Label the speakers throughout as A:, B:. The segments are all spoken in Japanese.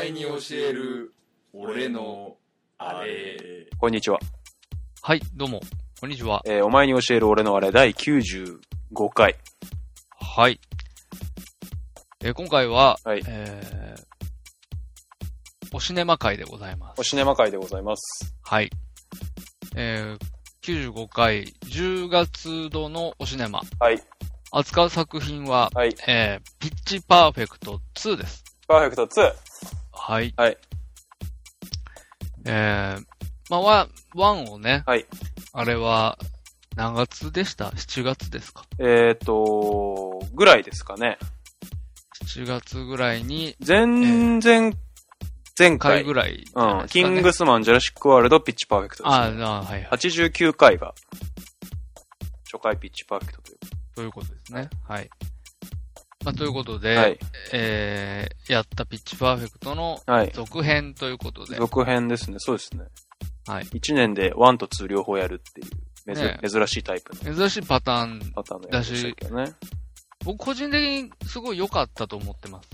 A: える俺のあれ
B: こんにちは。
C: はい、どうも。こんにちは。
B: えーお前に教える俺のあれ第95回。
C: はい。えー今回は、
B: はい
C: えー、おシネマ会でございます
B: お。シネマ会でございます。
C: はい。えー、95回、10月度のおシネマ。
B: はい。
C: 扱う作品は、
B: はい。
C: えー、ピッチパーフェクト2です。
B: パーフェクト2。
C: はい。
B: はい。
C: えー、まあ、ワン、ワンをね、
B: はい。
C: あれは、何月でした ?7 月ですか
B: えっ、ー、と、ぐらいですかね。
C: ?7 月ぐらいに、
B: 前、前、前回。
C: 回ぐらいじゃない
B: うん。
C: です
B: キ
C: か、ね
B: ングスマン、ジュラシックワールド、ピッチパーフェクトです、
C: あ
B: ね。
C: あ、はいはい。
B: 89回が、初回ピッチパーフェクトという
C: ということですね。はい。まあ、ということで、
B: はい。
C: えー、やったピッチパーフェクトの
B: はい。
C: 続編ということで、
B: 続編ですね。そうですね。
C: はい。
B: 1年で1と2両方やるっていう、珍
C: ね
B: 珍しいタイプの
C: 珍しいパターン、
B: パターンのやつでしたけどね。
C: 僕個人的にすごい良かったと思ってます。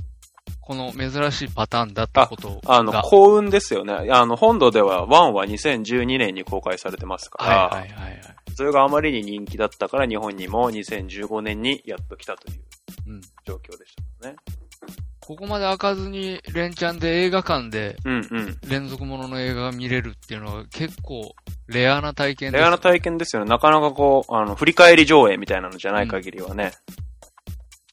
C: この珍しいパターンだったことが。
B: あの、幸運ですよね。あの、本土では1は2012年に公開されてますから、
C: はいはいはいはい。
B: それがあまりに人気だったから日本にも2015年にやっと来たという
C: うん。
B: 状況でしたね。
C: ここまで開かずに、連チャンで映画館で
B: うんうん。
C: 連続ものの映画が見れるっていうのは結構レアな体験です
B: レ
C: よ。
B: アな体験ですよね。なかなかこう、あの、振り返り上映みたいなのじゃない限りはね、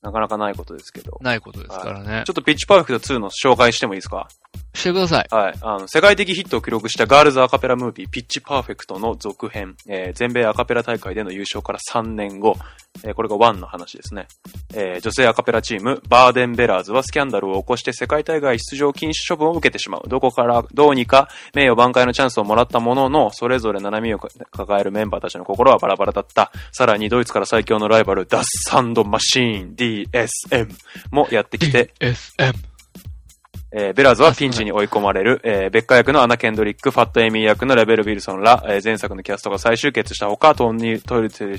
B: なかなかないことですけど。
C: ないことですからね。
B: ちょっとピッチパーフェクト2の紹介してもいいですか
C: してください。
B: はい。あの、世界的ヒットを記録したガールズアカペラムービー、ピッチパーフェクトの続編、えー全米アカペラ大会での優勝から3年後、えーこれが1の話ですね。えー女性アカペラチーム、バーデンベラーズはスキャンダルを起こして世界大会出場禁止処分を受けてしまう。どこから、どうにか名誉挽回のチャンスをもらったものの、それぞれ悩みを抱えるメンバーたちの心はバラバラだった。さらにドイツから最強のライバル、ダッサンドマシーン DSM もやってきて、
C: SM。
B: えーベラーズはピンチに追い込まれる、えーベッカ役のアナ・ケンドリック、ファット・エミー役のレベル・ウィルソンら、えー前作のキャストが再集結したほか、トンニー・トイルテル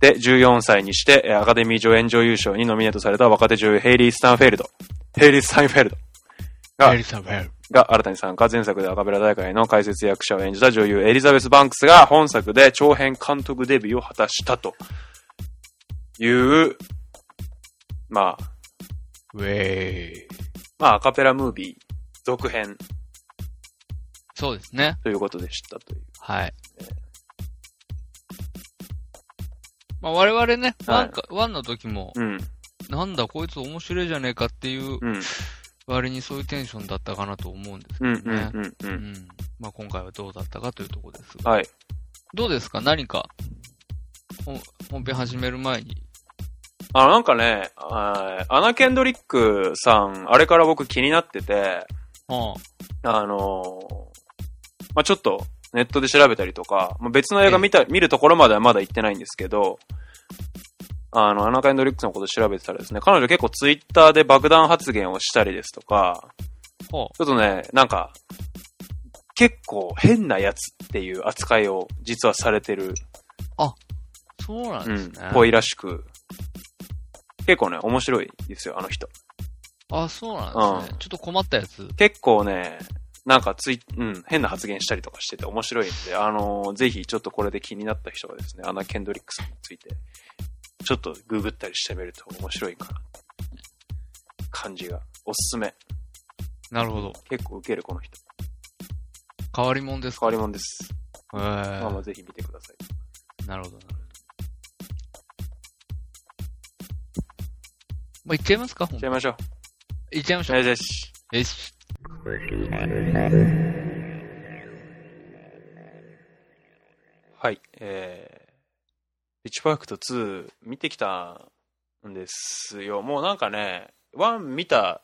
B: で14歳にして、えーアカデミー上演女優賞にノミネートされた若手女優ヘイリー・スタンフェルド、ヘイリー・スタインフェルドが
C: エリサベル。
B: が新たに参加、前作でアカペラ大会の解説役者を演じた女優エリザベス・バンクスが本作で長編監督デビューを果たしたという、まあ、
C: ウェイ。
B: まあアカペラムービー続編
C: そうですね。
B: ということでしたという。
C: はい。まあ我々ね、
B: はい
C: ワンか、ワンの時も、
B: うん。
C: なんだこいつ面白いじゃねえかっていう
B: うん。
C: 割にそういうテンションだったかなと思うんですけ
B: う
C: ど
B: ん
C: ね。
B: うんうんう。
C: うんんまあ今回はどうだったかというところですが。
B: はい。
C: どうですか何か、ほん本編始める前に。
B: あ、なんかね、あーアナ・ケンドリックさん、あれから僕気になってて、
C: ああ
B: あのーまあちょっとネットで調べたりとか、まあ、別の映画見た、見るところまではまだ行ってないんですけど、あの、アナ・ケンドリックさんのこと調べてたらですね、彼女結構ツイッターで爆弾発言をしたりですとか、
C: ほ
B: ちょっとね、なんか、結構変なやつっていう扱いを実はされてる
C: う。そうなん
B: う
C: です
B: ん
C: ね。、
B: ぽいらしく。結構ね、面白いですよ、あの人。
C: あ、そうなんですね。ちょっと困ったやつ。
B: 結構ね、なんかつい、うん、変な発言したりとかしてて面白いんで、あのーぜひちょっとこれで気になった人がですね、アナ・ケンドリックさんについて、ちょっとググったりしてみると面白いかな。感じが。おすすめ。
C: なるほど。
B: 結構ウケる、この人。
C: 変わり者です
B: 変
C: か
B: わり者です。
C: え
B: まあまあ
C: ー、
B: ぜひ見てください。
C: なるほど、なるほど。まあ、いっちゃいますかほ
B: 行っ
C: ん
B: ちゃいましょう。
C: いっちゃいましょ
B: よしよし。
C: う。よし。
B: はい、えー、ピッチパーフェクト2見てきたんですよ。もうなんかね、1見た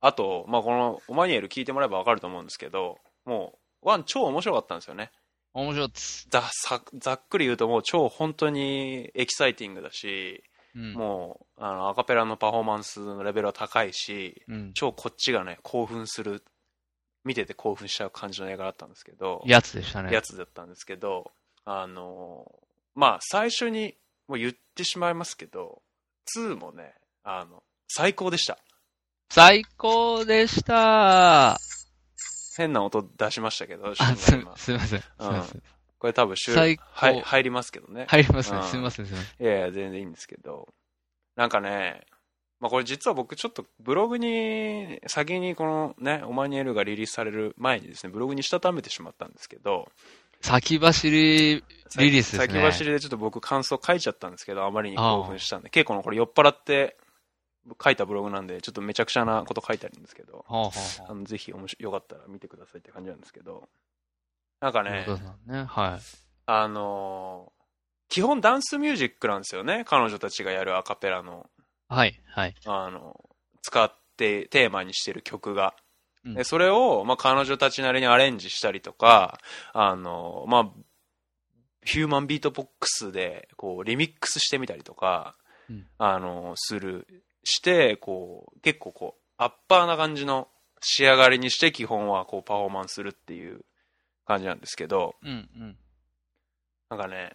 B: 後、まあこのオマニエル聞いてもらえばわかると思うんですけど、もう1超面白かったんですよね。
C: 面白いっつ。
B: ざさざっくり言うともう超本当にエキサイティングだし、
C: うん。
B: もうあのアカペラのパフォーマンスのレベルは高いし、
C: うん。
B: 超こっちがね、興奮する、見てて興奮しちゃう感じの映画だったんですけど。
C: やつでしたね。
B: やつだったんですけど、あのーまあ最初にもう言ってしまいますけど2もねあの最高でした
C: 最高でした
B: 変な音出しましたけど、
C: あ、
B: シ
C: す
B: ュン
C: み
B: が今
C: すみません。すみません。
B: これ多分収
C: 最
B: 録
C: 高、
B: はい、入りますけどね。
C: 入りますね。
B: うん
C: すみません、すみません。
B: いやいや、全然いいんですけど。なんかね、まあこれ実は僕ちょっとブログに、先にこのね、オマニエルがリリースされる前にですね、ブログにしたためてしまったんですけど、
C: 先走り、リリースですね
B: 先走りでちょっと僕感想書いちゃったんですけど、あまりに興奮したんで、結構のこれ酔っ払って書いたブログなんで、ちょっとめちゃくちゃなこと書いてあるんですけど、
C: はあは
B: あのぜひおもしよかったら見てくださいって感じなんですけど、なんか
C: あはあ。
B: ね
C: というこ、となんね。は
B: あのー基本ダンスミュージックなんですよね、彼女たちがやるアカペラの。
C: い。はい、はい。
B: あの、使ってテーマにしてる曲が。
C: うん
B: でそれを、まあ、彼女たちなりにアレンジしたりとか、あの、まあ、ヒューマンビートボックスで、こう、リミックスしてみたりとか、
C: うん
B: あの、する、して、こう、結構こう、アッパーな感じの仕上がりにして、基本はこう、パフォーマンスするっていう感じなんですけど、
C: うん、うん。
B: なんかね、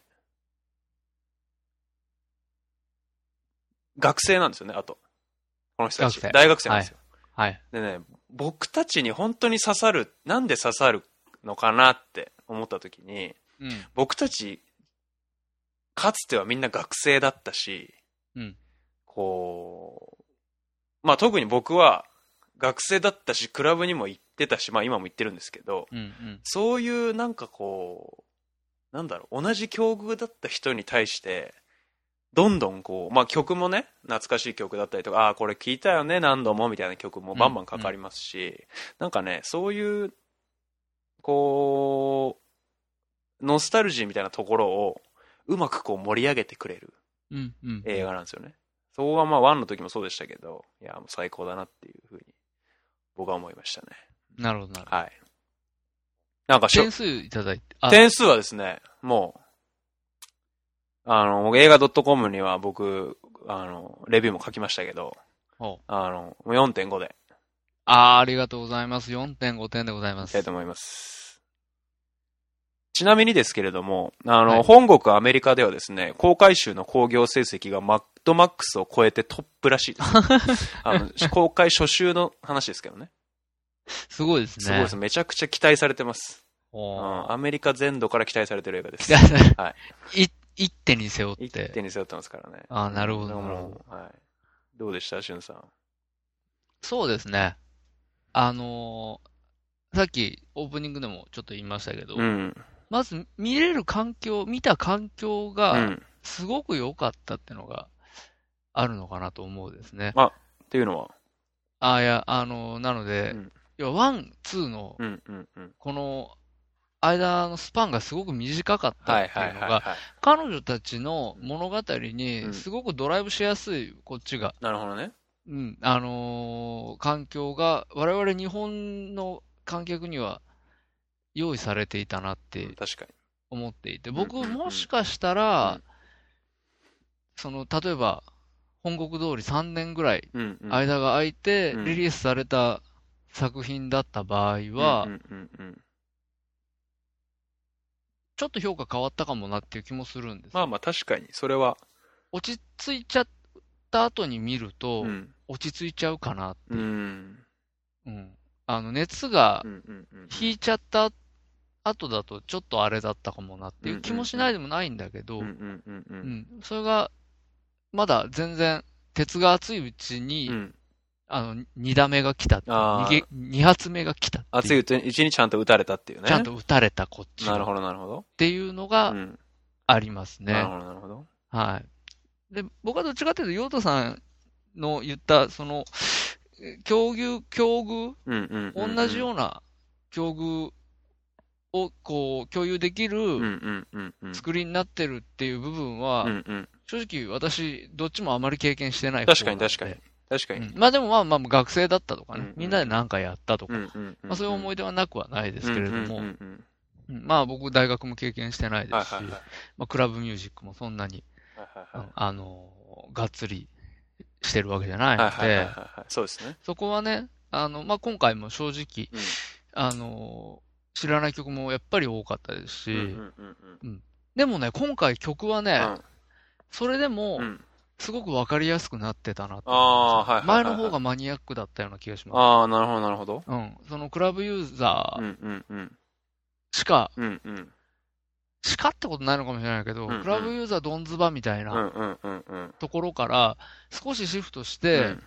B: 学生なんですよね、あと。この人たち。
C: 学生
B: 大学生なんですよ。
C: はい。
B: でね、僕たちに本当に刺さる、なんで刺さるのかなって思った時に、
C: うん。
B: 僕たち、かつてはみんな学生だったし、
C: うん
B: こう、まあ特に僕は学生だったし、クラブにも行ってたし、まあ今も行ってるんですけど、
C: うん、うん。
B: そういうなんかこう、なんだろう、同じ境遇だった人に対して、どんどんこう、まあ曲もね、懐かしい曲だったりとか、ああー、これ聴いたよね、何度もみたいな曲もバンバンかかりますし、なんかね、そういう、こう、ノスタルジーみたいなところを、うまくこう盛り上げてくれる
C: うん、うん。
B: 映画なんですよね。そこはまあ、ワンの時もそうでしたけど、いや、もう最高だなっていうふうに、僕は思いましたね。
C: なるほど、なるほど。
B: はい。なんかしょ、
C: 点数いただいて、あ、
B: 点数はですね、もう、あの、映画 .com には僕、あの、レビューも書きましたけど、
C: ほ
B: あの、もう4.5でい
C: あーありがとうございます。4.5点でございま
B: き
C: す
B: たい。と思います。ちなみにですけれども、あの、
C: はい
B: 本国アメリカではですね、公開週の興行成績がマッドマックスを超えてトップらしい です。あの、公開初週の話ですけどね。
C: すごいですね。
B: すごいです。めちゃくちゃ期待されてます。う
C: ほ
B: ん、アメリカ全土から期待されてる映画で
C: う
B: す。
C: だ から。
B: はい
C: 一手に背負っ
B: 一
C: て。
B: 手に背負ってますからね。
C: あーなるほど
B: だから
C: なる
B: もうはい。どうでした、しゅんさん。
C: そうですね。あのーさっきオープニングでもちょっと言いましたけど、
B: ん。
C: まず見れる環境、見た環境
B: う
C: が
B: ん。
C: すごく良かったってのがあるのかなと思うですね。
B: っていうのは。
C: ああ、いや、あのーなので、
B: うん
C: 要はワン、ツーの
B: うんうんうん。
C: この間のスパンがすごく短かった
B: は
C: っ
B: い
C: て
B: はいいう
C: の
B: はい、は
C: が、
B: い。
C: 彼女たちの物語にすごくドライブしやすい、こっちが。
B: なるほどね。
C: うん、あのー環境が、我々日本の観客には用意されていたなって
B: 確か
C: 思っていて、
B: んうん
C: 僕もしかしたら、その、例えば、本国通り3年ぐらい
B: に。うん、うん。れ
C: 間が空いて
B: うん
C: リリースされた作品だった場合
B: う
C: は
B: ん、うんうんうん。
C: ちょっと評価変わったかもなっていう気もするんです。
B: まあまあ確かに、それは。
C: 落ち着いちゃった後に見ると
B: う、ん。
C: 落ち着いちゃうかなっ
B: う
C: てい
B: ん。う
C: う。
B: ん
C: うん。あの、熱が
B: うんうんうん。
C: 引いちゃった後だとちょっとあれだったかもなっていう気もしないでもないんだけど、
B: う
C: うん、
B: うんんうんうん。
C: それが、まだ全然、鉄が熱いうちに、
B: うん。
C: あの、二打目が来たっていう
B: あー
C: 二げ二発目が来たっていう
B: 熱いうちにちゃんと打たれたっていうね。
C: ちゃんと打たれたこっち
B: なる
C: がっ
B: ほどなるほど。
C: ていうの
B: う
C: が
B: ん。
C: あります
B: なる
C: ね。
B: ほどなるほど。
C: はい。で、僕はどっちかというと、ヨウトさんの言った、その、え境遇、境遇
B: うんうんうんうん。
C: 同じような境遇をこう共有でき
B: うんう
C: る
B: んうんうん。
C: 作りになってるっていう部分
B: うんう
C: は、
B: ん。
C: 正直私、どっちもあまり経験してない方
B: 確かに確かに。確かに
C: う。んまあでもまあまあ学生だったとか
B: うんう
C: ね
B: ん、
C: みんなで何かやったとか
B: う、んうんうん。
C: まあそういう思い
B: 出
C: 出はなくはないで
B: です
C: けれど
B: うんう
C: も、
B: んうん
C: うんまあ僕大学も経験してない
B: うん。
C: で
B: はい
C: すし
B: はい、はい。
C: まあクラブミュージックもそんなに、
B: はいはいはい
C: あの、がっつりしてるわけじゃない
B: はいは
C: の
B: いはい
C: で、
B: はい。そうですね。
C: そこはね、あの、まあ今回も正直、
B: うん
C: あの、知らない曲もやっぱり多かったですし、
B: うんうんうんうん
C: でもね、今回曲はね、それでも、
B: うん
C: すごくわかりやすくなってたなって
B: あーはいはいはいはい
C: 前の方がマニアックだったような気がします。
B: ああ、なるほど、なるほど。
C: うん。そのクラブユーザ
B: う
C: ー
B: んうんうん。
C: しか、
B: うんうん。
C: しかってことないのかもしれないけど、
B: うんうん
C: クラブユーザードンズバみたい
B: うんう
C: なん
B: うんうん。
C: ところから、少しシフトし
B: う
C: て、
B: ん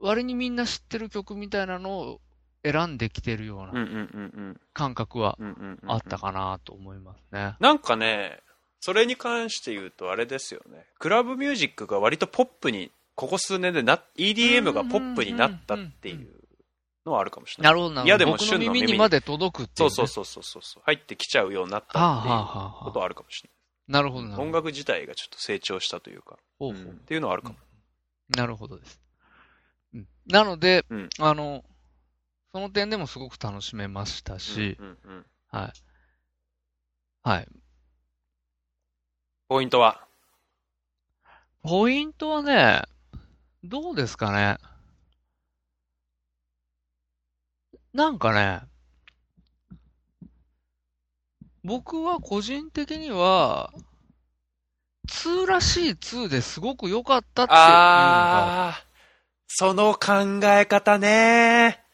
C: 割にみんな知ってる曲みたいなのを選んできてるよう
B: うんう
C: なん
B: うん
C: 感覚は
B: うんうん。
C: あった。かなと思いますね。
B: なんかね、それに関して言うとあれですよね。クラブミュージックが割とポップに、ここ数年でな、EDM がポップになったっていうのはあるかもしれない。
C: なるほど、なるほど。
B: いやでも
C: 僕
B: 旬の
C: の
B: 耳に
C: 耳にまで届くってい、
B: そううそうそうそうそう。入ってきちゃうようになったって
C: はあ、は
B: い
C: あ
B: う
C: はあ
B: こ
C: は
B: と
C: あ、
B: はあるかもしれ
C: なるほど、な
B: ない。
C: るほど。
B: 音楽自体がちょっと成長したというか、
C: ほう
B: っ
C: ほう
B: ていうのはあるかも。
C: なるほどです。うんなので、
B: うん
C: あの、その点でもすごく楽しめましたし、
B: うんうんうん
C: はい。はい。
B: ポイントは
C: ポイントはね、どうですかね。なんかね、僕は個人的には、2らしい2ですごく良かったっていうのが、
B: ああ、その考え方ね。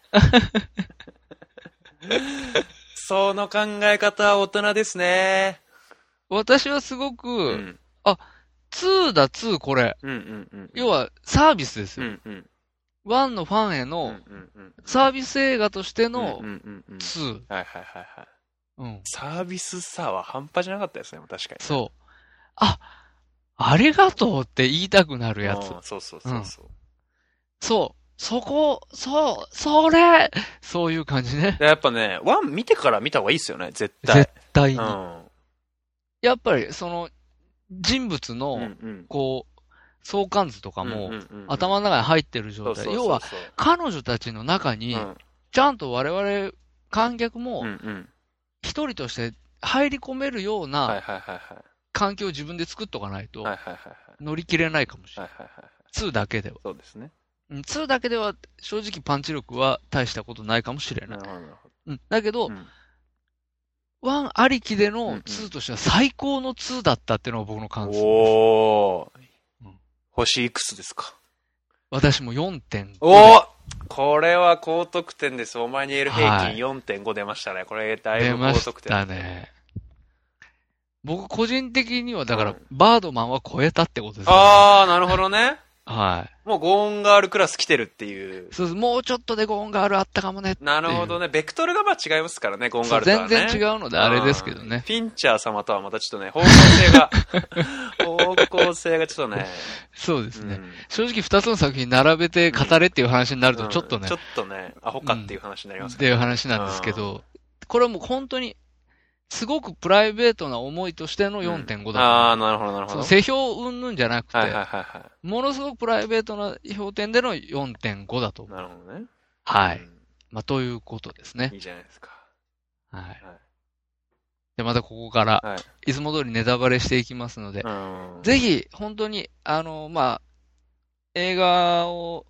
B: その考え方は大人ですね。
C: 私はすご
B: う
C: く、
B: ん。
C: 2だ2これ。
B: うんうんうん。
C: 要はサービスです
B: う
C: よ。
B: んうん。
C: 1のファンへ
B: うん
C: の
B: うんうん。
C: サービス映画としての
B: うんうんうん。
C: 2。
B: はいはいはいはい。
C: うん。
B: サービスさは半端じゃなかったですね、確かに。う。
C: そう。あ、ありがとうって言いたくなるやつ。
B: そうそうそうそう。
C: そう。そこ、そう、それそういう感じね。
B: でやっぱね、ワン見てから見た方がいいですよね、絶対。
C: 絶対に
B: う。ん。
C: やっぱり、その、人物
B: うんう
C: の、
B: ん。
C: こう、相関図とか
B: うんう
C: も、
B: んうんうん
C: 頭の中に入ってる
B: そ
C: 状
B: うそう
C: 態。
B: そう
C: 要は、
B: そう
C: 彼女たちの中に、ちゃんと我々観客も
B: うんう、んうん。
C: 一人として入り込めるよう
B: はい
C: な
B: はいはいはい。
C: 環境を自分で作っとかないと
B: はい、はいはいはい。
C: 乗り切れないかもしれ
B: はい
C: ない。
B: はいはい。
C: 2だけでは。
B: そうですね。
C: うん2だけでは、正直パンチ力は大したことないかもしれ
B: な
C: ない
B: る。ほど、なるほ
C: うんだけど、
B: ど。うん
C: 1ありきで
B: うんうん
C: の2としては最高の2だったっていうのが僕の感想。
B: お
C: う
B: ー
C: ん。
B: 星いくつですか
C: 私も4.5。
B: おおこれは高得点です。お前にエル平均4.5出ましたね。これだい
C: 出
B: ぶ
C: ま
B: 高
C: し
B: 得点。
C: たね。僕個人的には、だから、
B: うん
C: バードマンは超えたってことですよね。
B: あー、なるほどね。
C: は
B: もうゴーンガールクラス来てるっていう
C: い。。そうですもうちょっとでゴーンガールあったかもねっていう。
B: なるほどね。ベクトルがまあ違いますからね、ゴーンガ
C: そ
B: ー
C: う
B: ルとは
C: 全
B: ね。
C: 然違うのであれですけど
B: うん
C: ね。
B: フィンチャー様とはまたちょっとね、方向性 が、方向性がちょっとね。
C: そうですね。
B: うん
C: 正直二つの作品並べて語れっていう話になるとちょっと
B: うん
C: ね
B: ちょ、っとね、アホかっていう話になります
C: っていう話なんですけど、これはもう本当に、すごくプライベートな思いとしての4.5
B: あ
C: だ
B: あ、なるほど、なる
C: と
B: ほ
C: そ
B: ど。
C: の世評云々じゃなくて、
B: はいはいはいは
C: ものすごくプライベートな評点での4.5だと
B: い。。なるほどね。
C: は
B: う
C: い。
B: ん
C: まあ、ということですね。
B: いいじゃないですか。
C: はい
B: はい。
C: で、またここから、
B: はい。
C: いつも通りネタバレしていきますので、
B: うん
C: ぜひ、本当に、あの、まあ、映画を、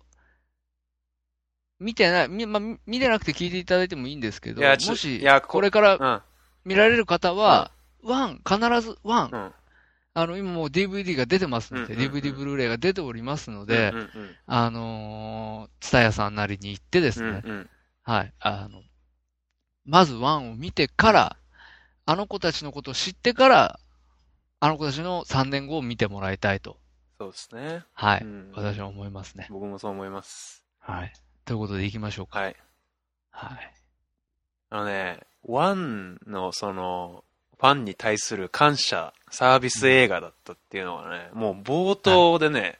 C: 見てない、み、まあ、み見てなくて聞いていただいてもいいんですけど、
B: いやちょ
C: もし
B: いや、こ
C: これから
B: うん。
C: 見られる方は、ワン、必ずワン、
B: うん
C: あの、今もう DVD が出てますので、
B: うんうんうん
C: DVD ブルーレイが出ておりますので、
B: うんうん
C: あのー、ツタヤさんなりに行ってです
B: うん。う
C: ね、
B: んうん。
C: はい、あの、まずワンを見てから、あの子たちのことを知ってから、あの子たちの3年後を見てもらいたいと、
B: そうですね。
C: は
B: う
C: い、
B: ん
C: 私は思いますね。
B: 僕もそう思います。
C: はい。ということで行きましょうか。
B: はい。
C: はい。
B: あのね、ワンのその、ファンに対する感謝、サービス映画だったっていうのはね、もう冒頭でね、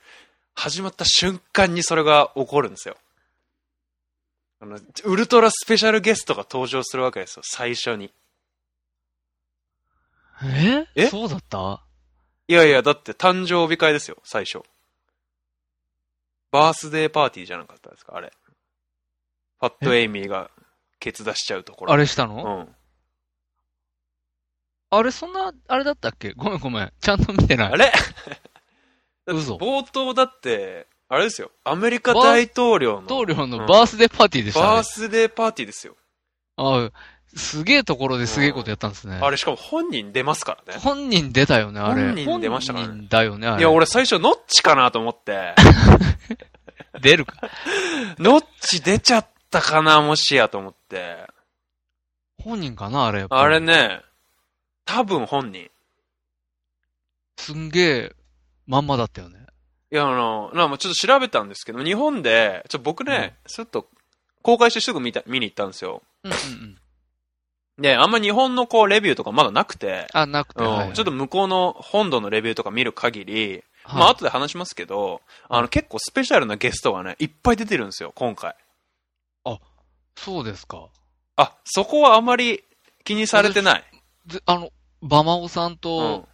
B: 始まった瞬間にそれが起こるんですよ。あの、ウルトラスペシャルゲストが登場するわけですよ、最初に。
C: え
B: え
C: そうだった
B: いやいや、だって誕生日会ですよ、最初。バースデーパーティーじゃなかったですか、あれ。ファットエイミーがケツ出しちゃうところ。
C: あれしたの、
B: うん。
C: あれ、そんな、あれだったっけごめんごめん。ちゃんと見てない。
B: あれだって
C: 嘘
B: 冒頭だって、あれですよ。アメリカ大統領の
C: 大統領
B: う
C: の
B: ん
C: バースデーパーティーでしたね。
B: バースデーパーティーですよ。
C: あすげえところですげえことやったんですね。
B: あれしかも本人出ますからね。
C: 本人出たよね、あれ。
B: 本人出ましたからね
C: 本人だよね、あれ。
B: いや、俺最初ノッチかなと思 って、
C: 出るか。
B: ノッチ出ちゃったかな、もしやと思って。
C: 本人かな、あれ。やっぱ
B: あれ。ね、多分本人。
C: すんげえ、まんまだったよね。
B: いや、あの、なもうちょっと調べたんですけど、日本で、ちょっと僕ね、ちょっと公開してすぐ見た見に行ったんですよ。
C: うんうんうん。
B: で、あんま日本のこう、レビューとかまだなくて、
C: あ、なくて。
B: うん
C: はいはい
B: ちょっと、向こうの本土のレビューとか見る限り、
C: はい
B: まあ後で話しますけど、あの結構スペシャルなゲストがね、いっぱい出てるんですよ、今回。
C: そうですか。
B: あ、そこはあまり気にされてない。
C: であの、バマオさん
B: う
C: と、
B: ん。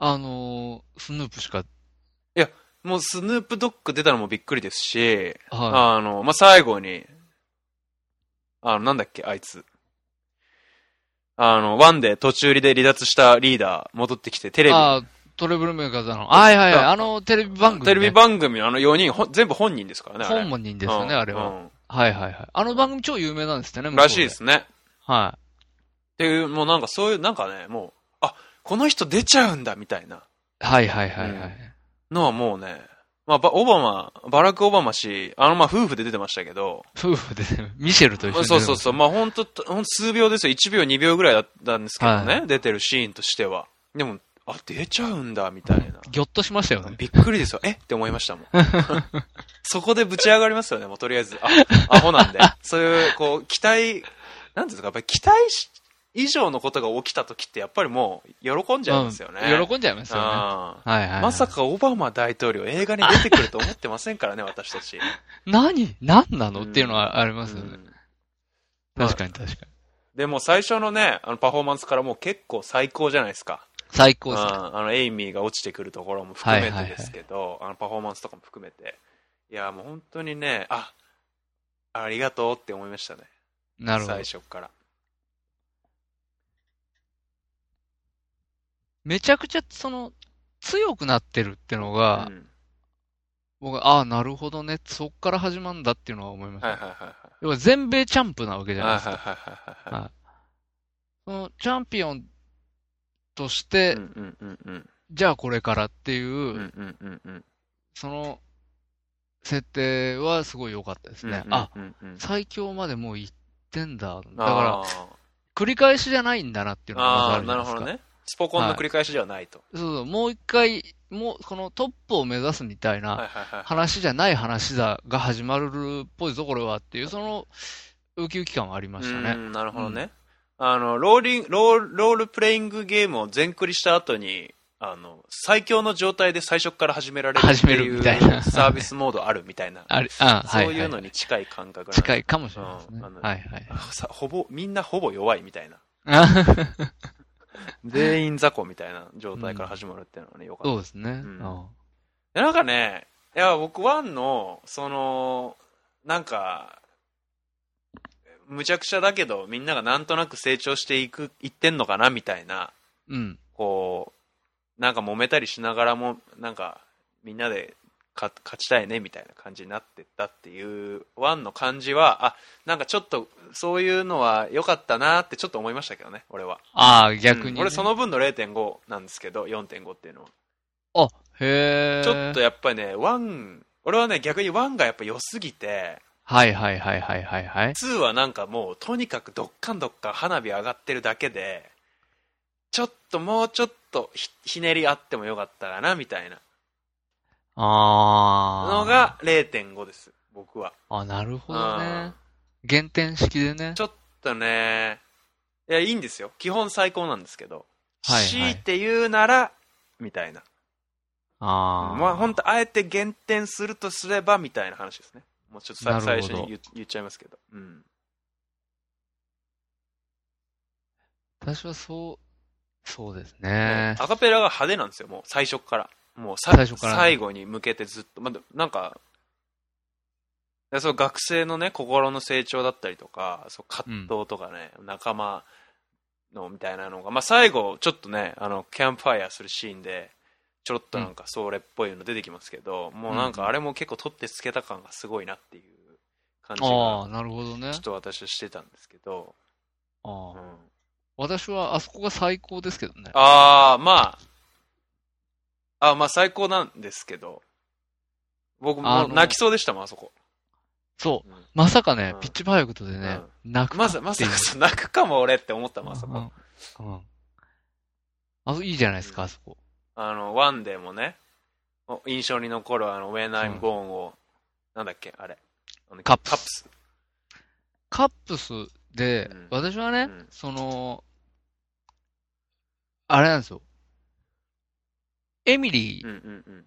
C: あのー、スヌープしか、
B: もうスヌープドッグ出たのもびっくりですし、
C: は
B: あの、まあ、最後に、あの、なんだっけ、あいつ。あの、ワンで途中で離脱したリーダー戻ってきて、テ
C: い。
B: レビ、
C: あトレブルメーカーさんの。はいはいはい。あの、テレビ番組、ね。
B: テレビ番組のあの4人、ほん全部本人ですからね、あれ。
C: 本人ですよね、
B: うん
C: あれは、
B: うん
C: はいはいはい。あの番組超有名なんですよね、向こう
B: らしいで。すね。
C: は
B: っていう、もうなんかそういう、なんかね、もう、あ、この人出ちゃうんだ、みたいな。
C: い。はいはいはいはい。
B: のはもうね、まあ、ばオバマ、バラク・オバマ氏、あの、まあ、夫婦で出てましたけど、
C: 夫婦で、 ミシェルと一緒に。。
B: そうそうそうう、まあ、ほんと、ほんと数秒ですよ、1秒、2秒ぐらいだったんですけどね、
C: は
B: 出てるシーンとしては。でも、あ、出ちゃうんだ、みたいな。
C: ぎょっとしましたよね。
B: びっくりですよ。えって思いました もん。そこでぶち上がりますよね、もうとりあえず。あ、アホなんで。そういう、こう、期待、なんていうんですか、やっぱり期待し以上のことが起きた時って、やっぱりもう、喜んじゃいますよね。
C: うん喜んじゃいますよね。は
B: あ
C: いはいは
B: あ
C: い。
B: まさかオバマ大統領映画に出てくると思ってませんからね、私た ち。
C: 何何なの
B: うん
C: っていうのはありますよ
B: う
C: ね。
B: んまあ
C: 確かに確かに。
B: でも最初のね、あのパフォーマンスからもう結構最高じゃないですか。
C: 最高です。
B: ああのエイミーが落ちてくるところも含め
C: はいはい
B: て
C: はい
B: ですけど、あのパフォーマンスとかも含めていやもう本当にねあありがとうって思いましたね
C: なるほど
B: 最。初から
C: めちゃくちゃ、その、強くなってるってのが、
B: うん
C: 僕は、ああ、なるほどね。そっから始まるんだっていうのは思いました。
B: はいはいはいはい
C: 要は全米チャンプなわけじゃない
B: はい
C: です
B: は
C: か。
B: いはいはい
C: はいそのチャンピオンとして、
B: うんうんうんうん
C: じゃあこれからっていう、
B: うんうんうんうん
C: その設定はすごい良かったですね。あ、
B: うんうんうん
C: 最強までもう行ってんだ。だから、
B: あー
C: 繰り返しじゃないんだなっていうのがまずあ
B: あ
C: る
B: ー
C: じゃ
B: な
C: な
B: る
C: いで
B: ほ
C: すか。
B: どねスポコンの繰り返しではないと、
C: そうそう、もう一回、もう、このトップを目指すみたいな、
B: はい、はいはいはい
C: 話じゃない話だが始まるっぽいぞ、これはっていう、その、ウキウキ感はありました
B: う
C: ね。
B: んなるほどね、あのローリンローロールプレイングゲームを全クリした後にあの最強の状態で最初から始められるって
C: 始め
B: い
C: る
B: う
C: みたいな
B: サービスモードあるみたいな
C: あれ、あ、 はい、
B: そういう
C: は
B: のに近い感覚なんで
C: 近いかもしれないですね。
B: うんあの
C: はいはい。
B: さほぼみんなほぼ弱いみたいな
C: あ
B: 全員雑魚みたいな状態から始まるっていうのはねよかった
C: そうですね。
B: ん
C: あ
B: でなんかね、いや、僕、ワンの、その、なんか、むちゃくちゃだけど、みんながなんとなく成長していく、いってんのかな、みたいな、
C: うん。
B: こう、なんか揉めたりしながらも、なんか、みんなで勝勝ちたいね、みたいな感じになってったっていう、ワンの感じは、あ、なんかちょっと、そういうのは良かったなってちょっと思いましたけどね、俺は。
C: ああ、逆
B: う
C: に、
B: ん俺、そ、の分の0.5なんですけど、4.5っていうのは。
C: あ、へえ。
B: ちょっと、やっぱりね、ワン、俺はね、逆にワンがやっぱ良すぎて、
C: はいはいはいはいはいはい。
B: ツーはなんかもう、とにかくどっかんどっかん花火上がってるだけで、ちょっともうちょっとひひねりあってもよかったかな、みたいな
C: ああ。
B: の、が0.5です、僕は。
C: あ、なるほ
B: う
C: どね
B: ん。
C: 減点式でね
B: ち。ょっとね、いや、いいんですよ。基本最高なんですけど、
C: はいはい
B: 強いて言うなら、みたいな。
C: ああ。
B: まあ、本当あえて減点するとすれば、みたいな話ですね。もうちょっと
C: な
B: さ
C: るほど
B: 最初に言言っちゃいますけど。うん
C: 私はそう、そうですね。
B: アカペラが派手なんですよ、もう最初から。もうさ
C: 最初から
B: 最後に向けてずっと。まあ、でなんか、でそう学生のね、心の成長だったりとか、そう葛藤とかね、仲間のみたいなのが、まあ最後、ちょっとね、あの、キャンプファイヤーするシーンで、ちょろっとなんか、それっぽいの出てきますけど、もうなんかあれも結構取ってつけた感がすごいなっていう感じ
C: ああ、
B: が、
C: なるほどね
B: ちょっ。と私はしてたんですけど、
C: あ
B: う
C: あ
B: ん
C: 私はあそこが最高ですけどね。
B: ああ、まあ。あまあ最高なんですけど。僕も
C: あ
B: う
C: の
B: 泣きそうでしたもん、あそこ。
C: そう
B: うん。
C: まさかね
B: うん、
C: ピッチパーフェクトでね、泣くか
B: ま
C: ってい
B: さ
C: う。
B: まさかさ、泣くかも俺って思ったもん、あそこ。
C: うん。うんあそいいじゃないですか、あそこ。
B: あの、ワンデーもね、お印象に残るあの、When I'm Gone を、なんだっけ、あれ。あの
C: カップス
B: カップス。
C: カップスで
B: うん、
C: 私はね
B: うん、
C: その、あれなんですよ。エミリ
B: うんうんうん。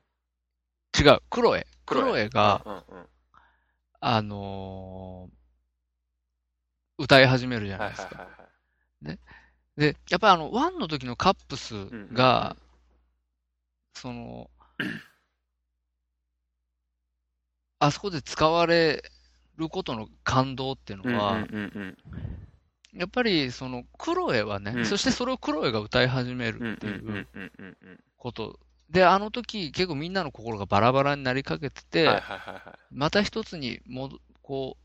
C: ー、違う、クロエ。
B: ク
C: ク
B: ロエ
C: ロエが、
B: うんうん。
C: あのー歌い始めるじゃ
B: は
C: な
B: はい
C: い
B: い
C: です
B: はい
C: か。
B: はい。
C: で、やっぱりあの、ワンの時のカップスが、その、あそこで使われることの感動っていうのは、
B: うんうんうん
C: やっぱりその、クロエはね、
B: うん
C: そしてそれをクロエが歌い始め
B: うん。
C: るって
B: うんう
C: いうん
B: うんうんうん
C: こと。で、あの時結構みんなの心がバラバラになりかけて
B: うん。
C: て、
B: はいはいはいはい。
C: また一つにもこ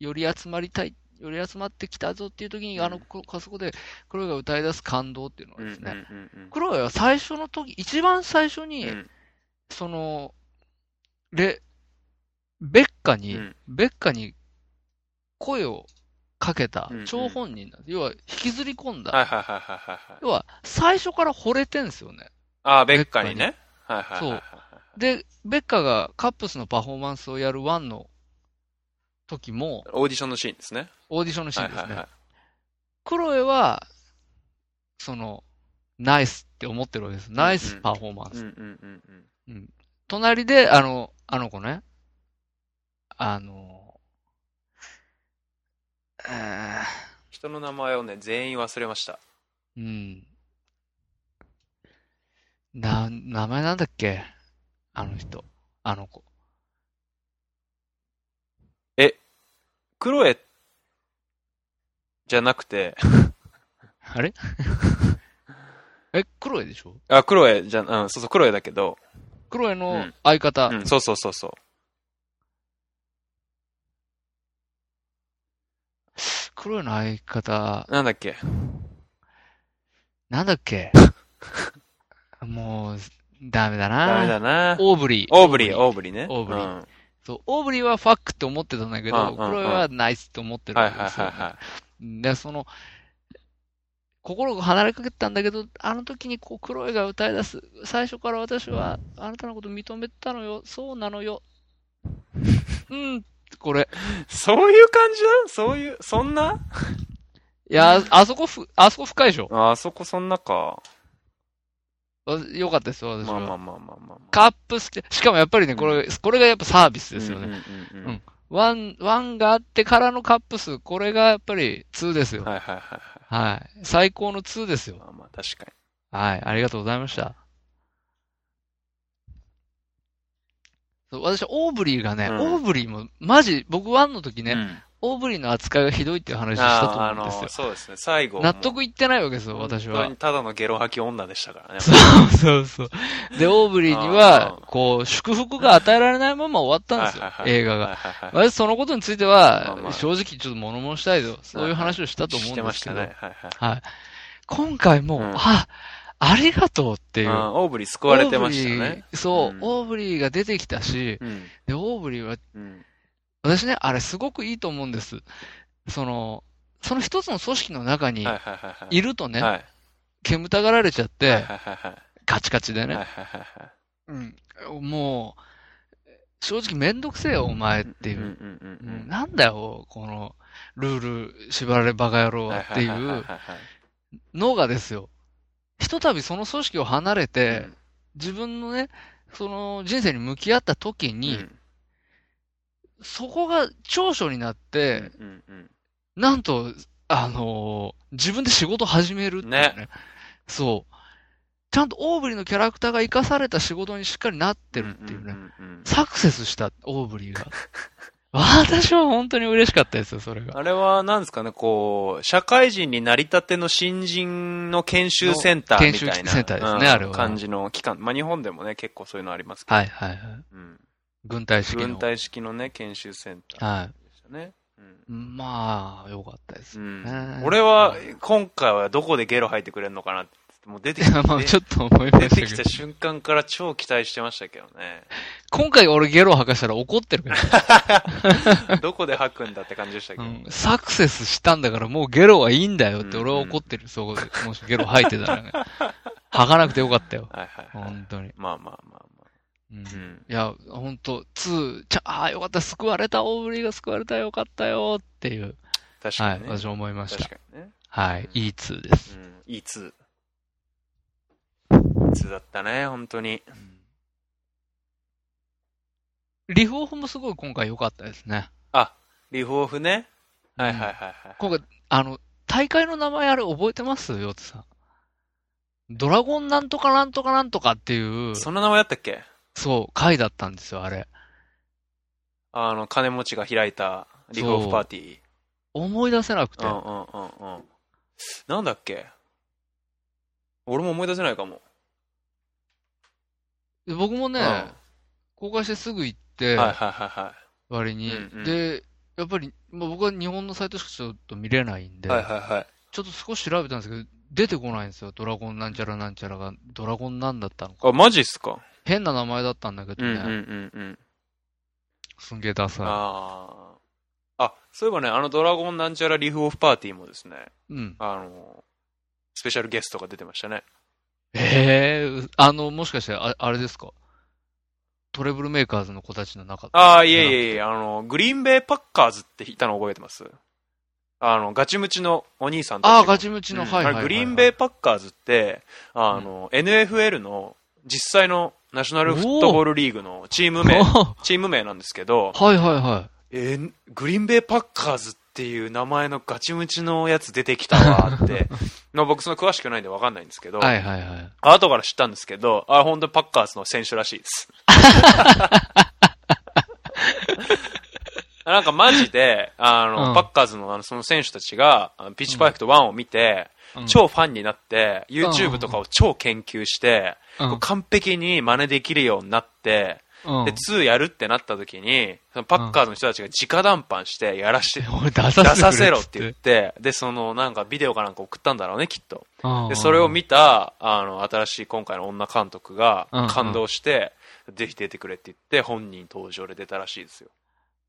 C: う、より集まりたい、より集まってきたぞっていう時に、
B: うん
C: あの、こあそこでクロエが歌い出す感動っていうのはですね、
B: うんうんうんうん
C: クロエは最初の時、一番最初に、
B: うん
C: その、レ、ベッカに、
B: うん
C: ベッカに声をかけた
B: うんうん
C: 張本人なんです。要は、引きずり込んだ。
B: はいはいはいはいはいはい。
C: 要は、最初から惚れてんですよね。
B: ああ、ベッカにね。はいはいはいはいはい。
C: で、ベッカがカップスのパフォーマンスをやるワンの時も、
B: オーディションのシーンですね。
C: オーディションのシーンですね。
B: はいはいはい。
C: クロエは、その、ナイスって思ってるわけです。ナイスパフォーマンス。
B: うんうんうんうん。
C: 隣で、あの、あの子ね、あの、え
B: 人の名前をね、全員忘れました。
C: ーうん。な、名前なんだっけあの人。あの子。
B: クロエじゃなくて、
C: あれ え、クロエでしょ
B: あ、クロエじゃ、うん、そうそう、クロエだけど、
C: クロエ
B: う
C: の
B: ん
C: 相方。
B: うん、そうそうそうそう。
C: クロエの相方、
B: なんだっけ
C: なんだっけもう、ダメだな。
B: ダメだな。
C: オーブリー。
B: オーブリー、オーブリーね。
C: オーブリー
B: うんは
C: そう、オーブリーはファックって思ってたんだけ
B: うんうんう
C: ど、
B: ん
C: クロエはナイスって思って
B: い
C: る
B: は
C: わ
B: い
C: け
B: はい
C: ですよ
B: は
C: で、その、心が離れかけてたんだけど、あの時にこう、クロエが歌い出す。最初から私は、あなたのこと認めてたのよ。そうなのよ。うん、これ。
B: い。そういう感じだそういう、そんない
C: や、ああそこふ、あそこ深いでしょ。
B: ああそこそんなか。
C: あよかったですよ、私
B: まあまあまあ
C: は。
B: まあまあまあ。
C: カップスって、しかもやっぱりね、これ、これがやっぱサービスですよ
B: うん
C: ね。
B: うんうん
C: ワン、ワンがあってからのカップス、これがやっぱり2です
B: うん。
C: よ。
B: はいはいはいはい。
C: はい。最高の2ですよ。
B: まあまあ、確かに。
C: はい、ありがとうございました。そう私、オーブリーがね、
B: うん
C: オーブリーも、マジ、僕ワンの時ね、
B: うん
C: オーブリーの扱いがひどいっていう話をしたと
B: あああ
C: 思うんです
B: の、
C: よ。
B: そうですね、最後。
C: 納得いってないわけですよ、私
B: 本当
C: は
B: に。ただのゲロ吐き女でしたからね。
C: そう そうそう。で、オーブリーには
B: あ、
C: こう、祝福が与えられないまま終わったんですよ
B: はいはい、はい
C: 映画が。
B: はいはいはい
C: 私、そのことについて
B: まあまあ
C: は、正直ちょっと物申したいと、そういう話をしたと思
B: し
C: うん
B: てま
C: で
B: し
C: すけ
B: た
C: ど、
B: ね。はいはい。
C: はい。今回も、
B: うん
C: あ、ありがとうっていうう、
B: んオーブリー救われてました
C: オーブリ
B: ね。
C: ーそう、
B: うん
C: オーブリーが出てきたし、
B: うん。
C: で、オーブリーは、
B: うん。
C: 私ね、あれすごくいいと思うんです。その、その一つの組織の中に
B: はいはいはいはい。
C: いるとね、
B: はい。
C: 煙たがられちゃっ
B: はい
C: て、
B: はいはいはい。
C: ガチガチ
B: は
C: で
B: いは
C: ね、
B: いはいはい。
C: うん、もう、正直めんどくせえよ、お前っていうう。
B: んうんう
C: うん
B: ん
C: なんだよ、この、ルール縛られバカ野郎
B: うん。
C: はってい
B: ははは
C: う
B: はは
C: のがですよ。ひとたびその組織を離れ
B: い。
C: て、自分のね、その人生に向き合った時
B: うん
C: に、そこが長所になって、
B: うんうん
C: なんと、あのー自分で仕事始めるっていうね
B: ね
C: そう。ちゃんとオーブリーのキャラクターが生かされた仕事にしっかりなってるっていうね。
B: んうんうん
C: サクセスした、オー ブリーが。私は本当に嬉しかったですよ、それが。
B: あれは、なんですかね、こう、社会人になりたての新人の研修センターみたいな。
C: 研修センターですね
B: うん
C: あれは
B: 感じの機関。まあ、日本でもね、結構そういうのありますけど。
C: はいはいはい。
B: うん
C: 軍隊式の。
B: 軍隊式のね、研修センター
C: は
B: でしたね。うん
C: まあ、よかったです
B: う
C: ね。
B: ん。 俺は、今回はどこでゲロ吐いてくれるのかなって、もう出てき
C: まあ、ちょ
B: て、
C: っと思いま
B: 出
C: した
B: て
C: け
B: き
C: ど
B: た。瞬間から超期待してましたけど ね。
C: 今回俺ゲロ吐かしたら怒ってるから。
B: どこで吐くんだって感じでしたけ
C: う
B: ど。
C: ん、サクセスしたんだからもうゲロはいいんだよって
B: うん
C: 俺は怒ってる、そこで。もしゲロ吐いてたらね。 吐かなくてよかったよ。
B: はいはいはい。
C: 本当に。
B: まあまあまあま
C: うん
B: あ。うん。
C: いや、本当ツー、ちゃ、ああ、よかった、救われた、大振りが救われた、よかったよっていう。
B: 確
C: は
B: か
C: い、
B: にね。
C: 私は思いました
B: 確。かにね。
C: はい、いいツーです。
B: うん。E2。E2 だったね、本当に。
C: リフオフもすごい今回良かったですね。
B: リフオフね。はいはいはいはい。
C: 今回、あの、大会の名前あれ覚えてますよってさん。ドラゴンなんとかなんとかなんとかっていう、
B: その名前だったっけ
C: そう、回だったんですよ、あれ。
B: あの、金持ちが開いたリフオフパーティ
C: 思い出せなくて。
B: ー。うんうんうんうん。なんだっけ俺も思い出せないかも。
C: で僕もね、公開してすぐ行って、
B: うんはいはいはいは
C: 割に、
B: うんうん
C: で、やっぱり、まあ、僕は日本のサイトしかちょっと見れないんで、
B: い。はいはいはい。
C: ちょっと少し調べたんですけど、出てこないんですよ。ドラゴンなんちゃらなんちゃらが、ドラゴンなんだったのか。
B: あ、マジっすか
C: 変な名前だったんだけど
B: うん
C: ね。
B: うんうんうん。
C: すんげえダサ
B: ああ。あ、そういえばね、あのドラゴンなんちゃらリフオフパーティーもですね、
C: い。うん。
B: あの、スペシャルゲストが出てましたね。
C: ええあの、もしかして、ああれですかトレブルメーカーズの子たちの中
B: ああ、いえいえい
C: え。
B: え、あの、グリーンベイパッカーズっていたの覚えてますあの、ガチムチのお兄さんたちが
C: ああ、ガチムチの、
B: うん
C: はいはいはい、
B: あ
C: は
B: れグ
C: い。
B: リーンベイパッカーズって、あの、NFL の実際のナショナルフットボールリーグのチーム名、
C: は
B: チーム名なんですけど、
C: いはいは
B: えーグリーンベイパッカーズっていう名前のガチムチのやつ出てきたわー って、の僕その詳しくないんでわかんないんですけど、
C: い。はいはいはい。
B: 後から知ったんですけど、あ、本当にパッカーズの選手らしい です。なんかマジで、あの、
C: うん
B: パッカーズのあのその選手たちが、あのピッチパーフェクト1を見て、
C: うん
B: 超ファンになって、
C: うん
B: YouTube とかを超研究して、
C: うん
B: こう完璧に真似できるようになって、
C: うん
B: で、2やるってなった時に、そのパッカーズの人たちが直談判して、やら して、
C: 俺出
B: 出
C: させ
B: させろって言
C: 言
B: っ。て、で、そのなんかビデオかなんか送ったんだろうね、きっと。
C: うん
B: で、それを見た、あの、新しい今回の女監督が
C: うんうん
B: 感動して、ぜひ出てくれって言って、本人登場で出たらしいですよ。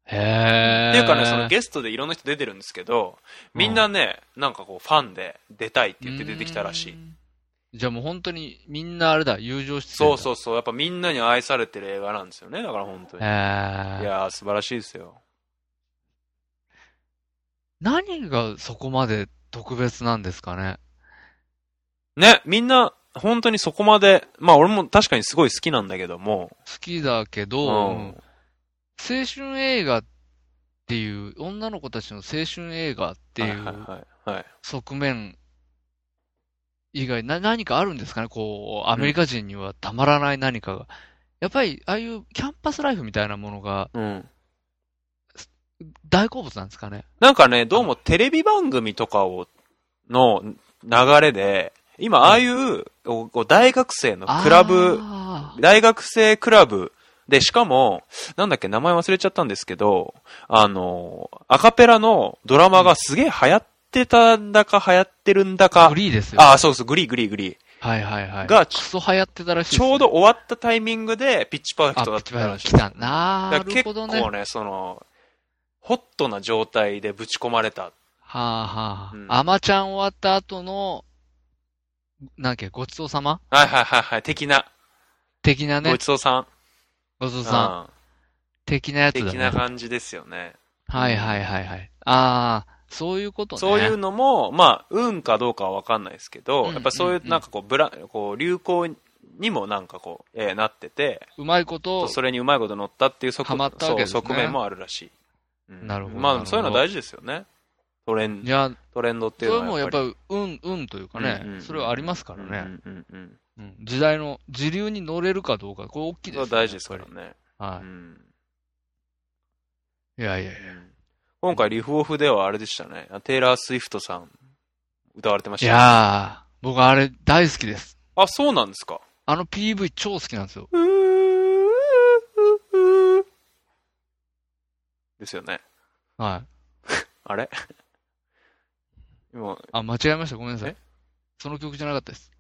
C: へえ。
B: っていうかね、そのゲストでいろんな人出てるんですけど、みんなね、なんかこう、ファンで出たいって言って出てきたらし
C: う
B: い。
C: ん。じゃあもう本当にみんなあれだ、友情して。
B: そうそううそう、やっぱみんなに愛されてる映画なんですよね、だから本当
C: へ
B: に。い
C: え。
B: やー、素晴らしいですよ。
C: 何がそこまで特別なんですかね。
B: ね、みんな、本当にそこまで、まあ俺も確かにすごい好きなんだけども、
C: 好きだけ
B: う
C: ど、
B: ん。
C: 青春映画っていう、女の子たちの青春映画ってい
B: はいうはいはい。はい
C: 側面以外、な、何かあるんですかねこう、アメリカ人にはたまらない何かが。やっぱり、ああいうキャンパスライフみたいなものが
B: うん。
C: 大好物なんですかね
B: なんかね、どうもテレビ番組とかを、の流れで、今ああいう、こうこう大学生のクラブ、
C: あー
B: 大学生クラブで、しかも、なんだっけ、名前忘れちゃったんですけど、あの、アカペラのドラマがすげえ流行ってたんだか流行ってるんだか
C: フ、リーですよ。
B: あ、そうそう、グリーグリーグリ
C: はいはいはい。
B: ーが、
C: ク
B: ち
C: ソ流行ってたらしいです
B: ち
C: ね
B: ょうど終わったタイミングでピッチパーフェク
C: あ、
B: トだっ
C: 来
B: たらしい。
C: た。な
B: だから
C: るほどね。
B: 結
C: は
B: 構ね、その、ホットな状態でぶち込まれた。
C: あはあ
B: う。ん
C: アマちゃん終わった後の、なんだっけ、ごちそうさま
B: はいはいはいはい、的な。
C: 的な
B: ご
C: ね
B: ち。そうさん。
C: ごちそうさん。
B: うん
C: 的なやつだ
B: 的な
C: ね。
B: 感じですよね。
C: はいはいはいはい。ああ、そういうことね。
B: そういうのも、まあ、運かどうかは分かんないですけど、
C: うん
B: やっぱそうい
C: うん
B: う、なんかこう、ブラ、こう、流行にもなんかこう、えーなってて、
C: うまいことを、
B: それにうまいこと乗ったっていう側
C: はまったわけですね
B: そう側面もあるらしい。うん
C: なるほどなる
B: ま
C: ほ
B: あ、
C: ど
B: そういうのは大事ですよね。トレン
C: い、や、
B: トレンドって
C: そ
B: いう
C: れ
B: の
C: も
B: は
C: やっ
B: やっぱ
C: ぱ
B: り。
C: り、運、運というかね
B: うんうんう、ん
C: それはありますからね。
B: うんうんうん
C: うん時代の、時流に乗れるかどうか、これ大きい
B: それ
C: です
B: は
C: ね。
B: 大事ですからね。
C: は
B: うん
C: い。いやいやいや。
B: 今回、リフオフではあれでしたね。テイラー・スウィフトさん、歌われてまし
C: い
B: たね。
C: やー、僕あれ大好きです。
B: あ、そうなんですか。
C: あの PV 超好きなんですよ。
B: ですよね。
C: はい。
B: あれ今、
C: あ、間違えました。ごめんなさい
B: え。
C: その曲じゃなかったです。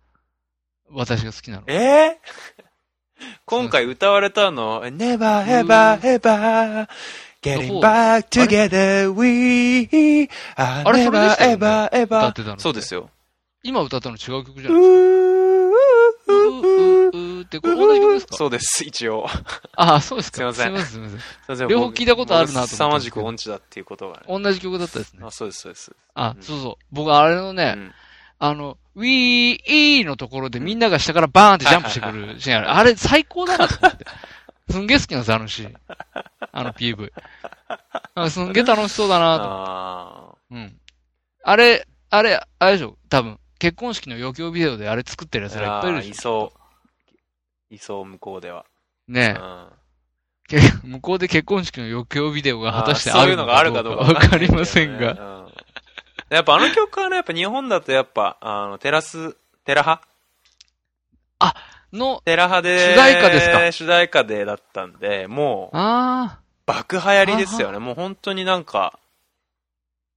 C: 私が好きなの。
B: えー今回歌われたの、Never ever ever
C: そ
B: getting
C: うだ
B: back together we are
C: あれそれで
B: never
C: した
B: ever
C: よね歌
B: ever
C: ってたの。
B: そうですよ。
C: 今歌ったの違う曲じゃ
B: う
C: ない
B: ー
C: ううううって、これ同じ曲ですか
B: そうです、一応。
C: ああ、そうですか。
B: すいません
C: すいません、すいません。
B: すいません
C: 両方聞いたことあるなと思って
B: 凄まじく音痴だっていうことがね。
C: 同じ曲だったですね
B: あ、。そうです、そうです。
C: あ
B: う、ん
C: そうそう。僕、あれのね、
B: うん
C: あの、ウィーイーのところでみんなが下からバーンってジャンプしてくるシーンある。あれ最高だなと思って。すんげえ好きなんです、あのシーン。あの PV。なんかすんげえ楽しそうだなと思って。
B: あ
C: うん。あれ、あれ、あれでしょ、多分。結婚式の余興ビデオであれ作ってる奴
B: ー
C: らいっぱいいる
B: い
C: でしょ。
B: そう。いそう、向こうでは。
C: ね
B: う
C: え
B: ん
C: け 向こうで結婚式の余興ビデオが果たして
B: あー
C: あ
B: そうい
C: る
B: うのがあるかどうか
C: わかりませんが。
B: わかんないけどね。うんやっぱあの曲はね、やっぱ日本だとやっぱ、あの、テラス、テラ派
C: の、
B: テラ派で。
C: 主題歌ですか
B: 主題歌でだったんで、もう、
C: あ
B: 爆流行りですよね。もう本当になんか、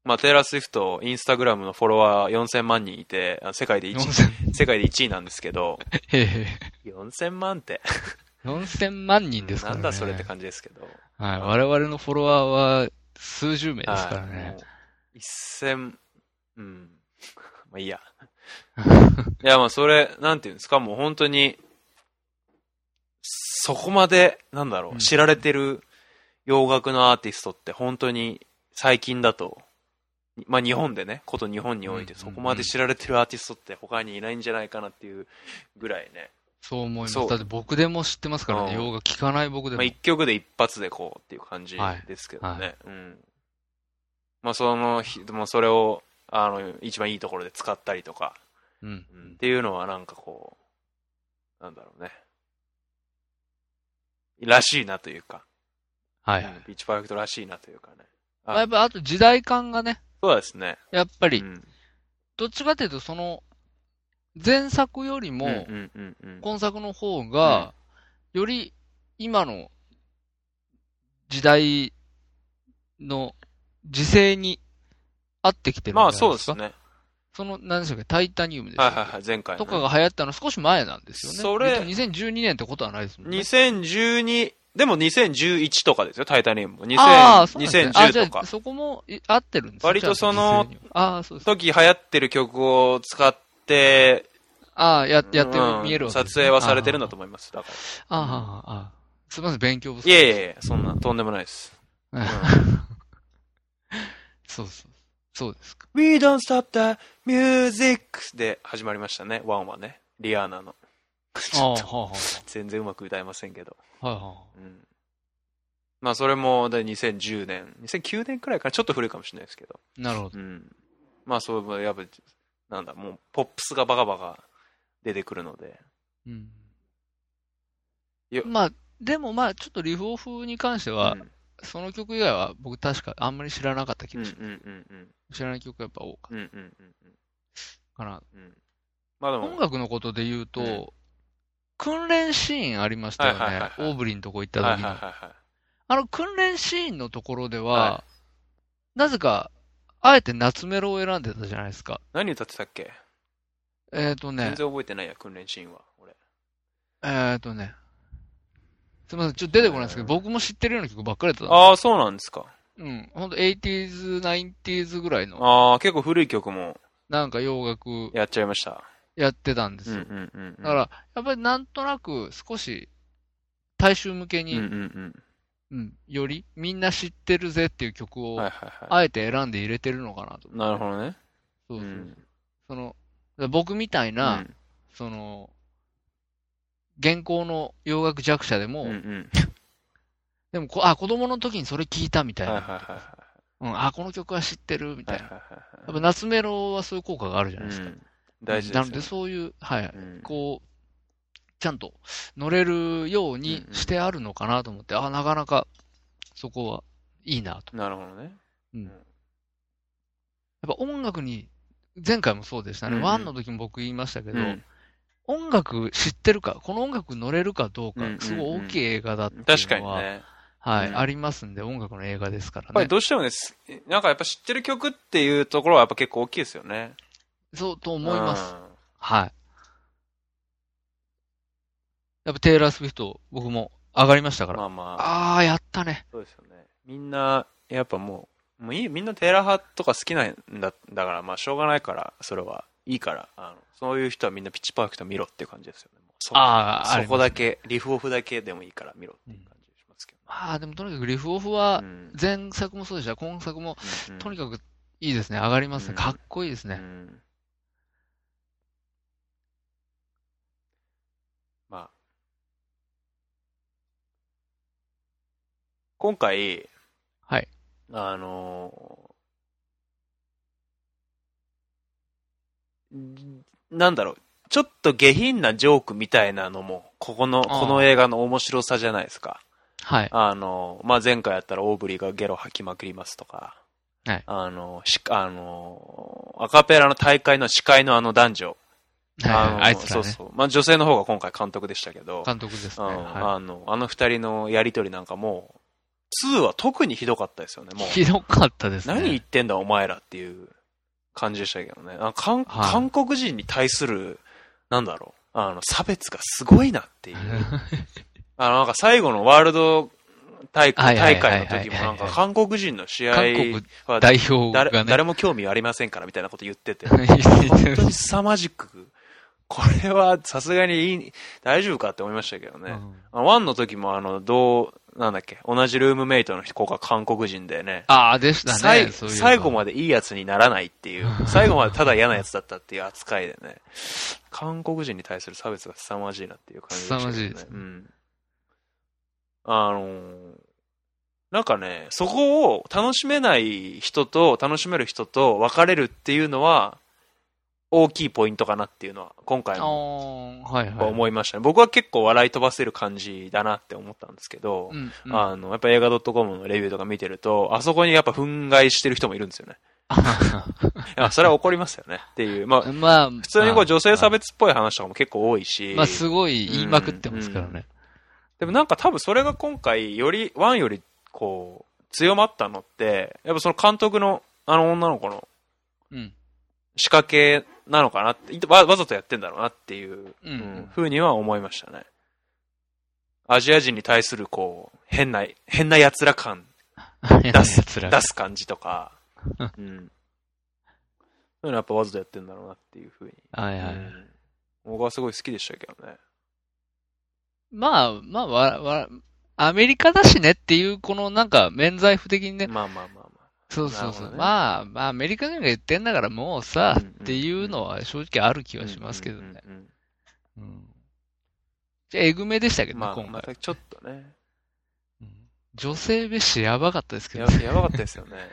B: まあ、テイラー・スウィフト、インスタグラムのフォロワー4000万人いて、あ世界で
C: ー、
B: 1
C: 4000、
B: 位、世界で1位なんですけど、
C: へ えへえ
B: 4000万って、
C: 4000万人ですから
B: な
C: ね。
B: んだそれって感じですけど。
C: はい、我々のフォロワーは数十名ですから
B: はい
C: ね
B: も。う1000、うん。まあいいや。いや、まあそれ、なんていうんですか、もう本当に、そこまで、なんだろ
C: うん
B: う、知られてる洋楽のアーティストって本当に最近だと、まあ日本でね、こと日本において
C: うん
B: そこまで知られてるアーティストって他にいないんじゃないかなっていうぐらいね、
C: そう思います。
B: そう
C: だって僕でも知ってますからね。
B: うん
C: 洋画聞かない僕で
B: まあ
C: も。
B: 一曲で一発でこうっていう感じ
C: はい
B: ですけどね。
C: は
B: うん。まあその日、でもそれを、あの、一番いいところで使ったりとか、
C: うん。
B: うんっていうのはなんかこう、なんだろうね。らしいなというか、
C: はい。
B: うんビーチパーフェクトらしいなというかね。
C: まあやっぱあと時代感がね、
B: そうですね。
C: やっぱ
B: う
C: り、
B: ん
C: どっちかというとその、前作よりも、
B: んうんうんうん
C: 今作の方が、より今の時代の時勢に合ってきてる
B: ま
C: ん
B: あ
C: じゃな
B: そ
C: いうで
B: ですす
C: か。
B: ね。
C: その、何でしたっけ、タイタニウムです
B: はいはいはい、前回、ね。
C: とかが流行ったの少し前なんですよね。
B: それ
C: 言っても2012年ってことはないですもんね。
B: 2012、でも2011とかですよ、タイタニウムも。2000
C: ああ、そうなんですね。あ、じゃ
B: 2010と
C: あ
B: か。
C: そこもい合ってるんですね
B: 割とその、
C: じゃああー、そうです。
B: 時流行ってる曲を使って、
C: ああ、や、やって
B: うん
C: 見えるわけですね
B: 撮影はされてるんだと思います。だか
C: あーあー、あーあー、すみません、勉強不足
B: ら。いやいやいや、そんな、とんでもないです。
C: そうそう。そうですか。
B: We don't stop the music で始まりましたね、ワンはね。リアーナの。
C: ああ、はあ、は
B: 全然うまく歌えませんけど。
C: あ、はいは
B: うん、まあそれもで2010年、2009年くらいからちょっと古いかもしれないですけど。
C: あ。なるほど。
B: うん、まあそう、やっぱ、なんだ、もうポップスがバカバカ出てくるので。
C: うん
B: よ。
C: まあ、でもまあ、ちょっとリフオフに関しては
B: う、ん
C: その曲以外は僕確かあんまり知らなかった気
B: うん
C: が
B: うん
C: しま
B: うんうん。
C: す。知らない曲がやっぱ多かっ
B: うんうんうん
C: たかな。
B: うんうん。まあでも、
C: 音楽のことで言うと、
B: うん
C: 訓練シーンありましたよね。
B: はいはいはいはい
C: オーブリンのとこ行った
B: はいはい
C: 時に、
B: はいはい。
C: あの訓練シーンのところでは、
B: は
C: なぜか、あえて夏メロを選んでたじゃないですか。
B: 何歌ってたっけ、
C: えっ、ー、とね
B: 全、然覚えてないや、訓練シーンは。俺。
C: えっ、ー、とね、すみません、ちょっと出てこないんですけど、僕も知ってるような曲ばっかりだったの。
B: ああ、そうなんですか。
C: うん、ほんと 80s、90s ぐらいの、
B: ああ、結構古い曲も
C: なんか洋楽
B: やっちゃいました。
C: やってたんです
B: うん
C: よ。
B: うんうんうん。
C: だから、やっぱりなんとなく少し、大衆向けに、
B: うんうん
C: うん、よりみんな知ってるぜっていう曲
B: う
C: を、
B: ん。はいはいは
C: あえて選んで入れてるのかな
B: い。
C: と。
B: なるほどね。
C: そう
B: う
C: そう。
B: ん。
C: その、僕みたい
B: う
C: な、
B: ん
C: その、現行の洋楽弱者でも、
B: うんうん。
C: でもこ、あ、子供の時にそれ聞いたみたい
B: はい
C: な。
B: はいはいは
C: うん、あ、この曲は知ってる
B: い。は
C: みた
B: い
C: いな。
B: はい
C: や
B: は
C: っぱ夏メロはそういう効果があるじゃない
B: い
C: です
B: は
C: か。
B: い。うん大事です
C: な
B: よ
C: の
B: ね。
C: で、そういう、はい。
B: うん
C: こう、ちゃんと乗れるようにしてあるのかなと思って、あ、なかなか、そこはいいなと。
B: なるほどね。
C: やっぱ音楽に、前回もそうでした
B: う
C: ね。
B: んうん
C: ワンの時も僕言いましたけど、
B: うん
C: 音楽知ってるか、この音楽乗れるかどうか
B: うんうんう、ん
C: すごい大きい映画だっていうのは、
B: 確かにね。
C: はい、
B: うん
C: ありますんで、音楽の映画ですから
B: っぱ
C: ね
B: り。どうしてもね、すなんかやっぱ知ってる曲っていうところはやっぱ結構大きいですよね。
C: そうと思います。
B: うん。
C: はい。やっぱテイラー・スウィフト、僕も上がりましたから。
B: まあまあ、
C: ああ、やったね。
B: そうですよね。みんな、やっぱもう、もういい、みんなテーラ派とか好きなんだ、だから、まあしょうがないから、それは、いいから、あの、そういう人はみんなピッチパーフェクト見ろっていう感じですよね。もうそ
C: ああ、あり
B: そこ
C: ます
B: だけ、リフオフだけでもいいから見ろっていう感じしますけど。
C: まあ、でもとにかくリフオフは、
B: ん
C: 前作もそうでした、今作も、とに
B: か
C: かくいいですね。上がりま
B: う
C: すね。
B: ん
C: かっこいいですね。
B: まあ。今回、
C: はい。
B: あのーんなんだろう、ちょっと下品なジョークみたいなのも、ここの、
C: あー
B: この映画の面白さじゃないですか。
C: はい。
B: あの、まあ、前回やったらオーブリーがゲロ吐きまくりますとか、
C: はい
B: あの、しあの、アカペラの大会の司会のあの男女、
C: はい
B: の
C: あいつ
B: そ
C: ら
B: う
C: ね、
B: そう。まあ、女性の方が今回監督でしたけど、
C: 監督です
B: う
C: ね。
B: ん
C: は
B: あの、あの二人のやりとりなんかもう、2は特にひどかったですよね、
C: い
B: もう。
C: ひどかったですね。
B: 何言ってんだお前らっていう感じでしたけどね。あ韓
C: はい
B: 韓国人に対する、なんだろう、あの、差別がすごいなっていう。 あの、なんか最後のワールド大
C: は
B: 会
C: いはい
B: 大
C: はいはい
B: 会の時もなんか
C: はい
B: 韓国人の試合
C: 韓国
B: は
C: 代表
B: 誰
C: がね
B: 誰、も興味ありませんからみたいなこと言ってて、
C: 言
B: 本
C: って
B: 当
C: る
B: に凄まじく、これはさすがにいい大丈夫かって思いましたけどね。
C: うん
B: あワンの時もあの、どう、なんだっけ、同じルームメイトの子が韓国人でね、
C: ああ、でした
B: 最
C: ね。そういえば
B: 最後までいいやつにならないって いう、最後までただ嫌なやつだったっていう扱いでね、韓国人に対する差別が凄まじいなっていう感じでしたけどね。
C: 凄まじいですね
B: うん。あのーなんかね、そこを楽しめない人と楽しめる人と分かれるっていうのは、大きいポイントかなっていうのは、今回
C: あ
B: も
C: ーはいはい。
B: 思いましたね。僕は結構笑い飛ばせる感じだなって思ったんですけど、
C: うんうん
B: あの、やっぱ映画 .com のレビューとか見てると、あそこにやっぱ憤慨してる人もいるんですよね。いやそれは怒りますよねっていう。まあ、
C: まあ、
B: 普通にこ
C: ま
B: う
C: あ
B: 女性差別っぽい話とかも結構多いし、
C: まあ、すごい言いまくってますからね。
B: でもなんか多分それが今回より、ワンよりこう、強まったのって、やっぱその監督のあの女の子の
C: うん。
B: 仕掛けなのかなって、わわざとやってんだろうなっていう、
C: うん
B: うんふうには思いましたね。アジア人に対するこう、変な、変な奴ら感 出す
C: つら
B: 出す感じと か、うん。そういうのやっぱわざとやってんだろうなっていうふうに。
C: はいは
B: う
C: い。
B: ん僕はすごい好きでしたけどね。
C: まあ、まあ、わ、わ、アメリカだしねっていう、このなんか、免罪符的にね。
B: まあまあまあ
C: そうそ
B: なる
C: うそ
B: ほど
C: う。
B: ね
C: まあ、まあ、アメリカ人が言ってんだからもうさ、
B: うんうんうん
C: っていうのは正直ある気
B: まあ。
C: はしますけどね。
B: うんうん
C: うんじゃあ、えぐめでした
B: う
C: けど
B: ん。
C: ね、
B: まあ、
C: 今
B: ま
C: 回。
B: たちょっと ね。
C: うん女性蔑視やばかったですけど
B: や
C: ね、
B: やばかったですよね。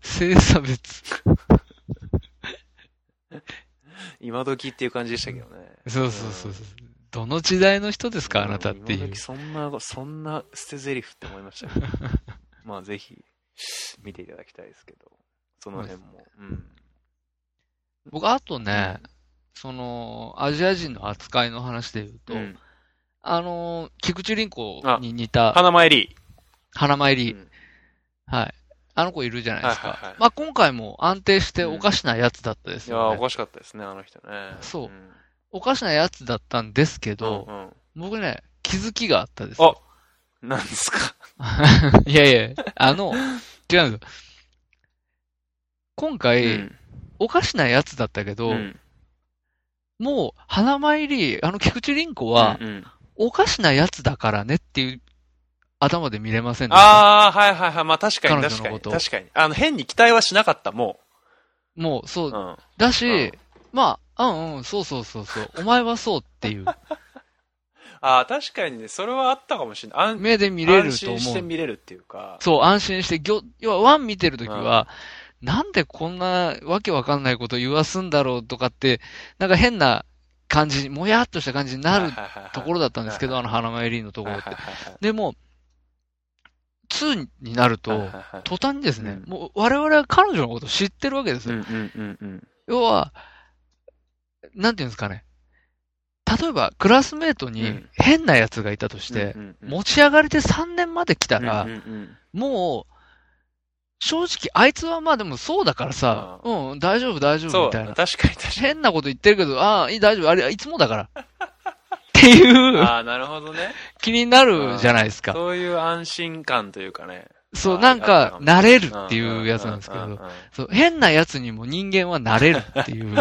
C: 性差別。
B: 今時っていう感じでしたけどね。
C: そうそうそうそう。どの時代の人ですか、あなたって
B: 今
C: いう
B: 時。そんな、そんな捨て台詞って思い ましたけど。まあぜひ、見ていただきたいですけど。その辺も。うん。
C: 僕、あとね、その、アジア人の扱いの話で言うと、
B: うん
C: あの、菊池凛子
B: あ
C: に似た、
B: 花参り。
C: 花参り、
B: うん
C: はい。あの子いるじゃないです
B: はいはいは
C: か
B: い。
C: まあ、今回も安定しておかしなやつだったです
B: いやー
C: よ
B: お
C: ね。
B: かしかったですね、あの人ね。
C: そうんおかしなやつだったんですけど、
B: うんうん
C: 僕ね、気づきがあったです
B: あ
C: よ。
B: なんですか
C: いやいや、あの、違うんですよ。今回、
B: うん
C: おかしなやつだったけど、
B: うん
C: もう、花参り、あの、菊池凛子は、
B: うんうん
C: おかしなやつだからねっていう頭で見れませんでした
B: ああ、はいはいはい。まあ確かに
C: 彼
B: 確か
C: 女の
B: に。
C: こと
B: 確かに。あの、変に期待はしなかった、も。
C: もう、そ
B: う
C: うう、
B: ん。
C: だ
B: うん
C: し、まあ、うんうん、そうそうそうそう、お前はそうっていう
B: ああ、確かにね、それはあったかもしれない。安
C: 目で見れる
B: 安
C: と
B: 心し
C: 思
B: て
C: う。
B: 見れるっていうか。
C: そう、安心して、ぎょ要は、ワン見てるときは、なんでこんなわけわかんないこと言わすんだろうとかって、なんか変な感じ、もやっとした感じになるとこ
B: ろ
C: ろだったんですけど、あの、花参りのところって。
B: て。
C: でも、2になる
B: はい
C: と
B: はい、はい
C: 途端にですね、
B: うん
C: もう我々は彼女のこと知ってるわけです
B: うん
C: よ。
B: うんうんうん。
C: 要は、なんていうんですかね。例えばクラスメート
B: う
C: に
B: ん
C: 変な奴がいたとして、持ち上がりで3年まで来た
B: た
C: ら、もう、正直あいつはまあでもそうだからさ、うん、大丈夫大丈夫
B: そう、
C: みたい
B: 確
C: な。
B: かに確かに。
C: 変なこと言ってるけど、ああ、いい大丈夫、あれ、いつもだから。っ ていう
B: ああ、なるほどね。
C: 気になるじゃないですか。
B: そういう安心感というかね。
C: そう、
B: あ
C: なんか、
B: あ
C: 慣れる
B: ん
C: っていうやつなんですけ
B: うう
C: ど
B: う、んうん
C: そう、変なやつにも人間は慣れるっ ていう。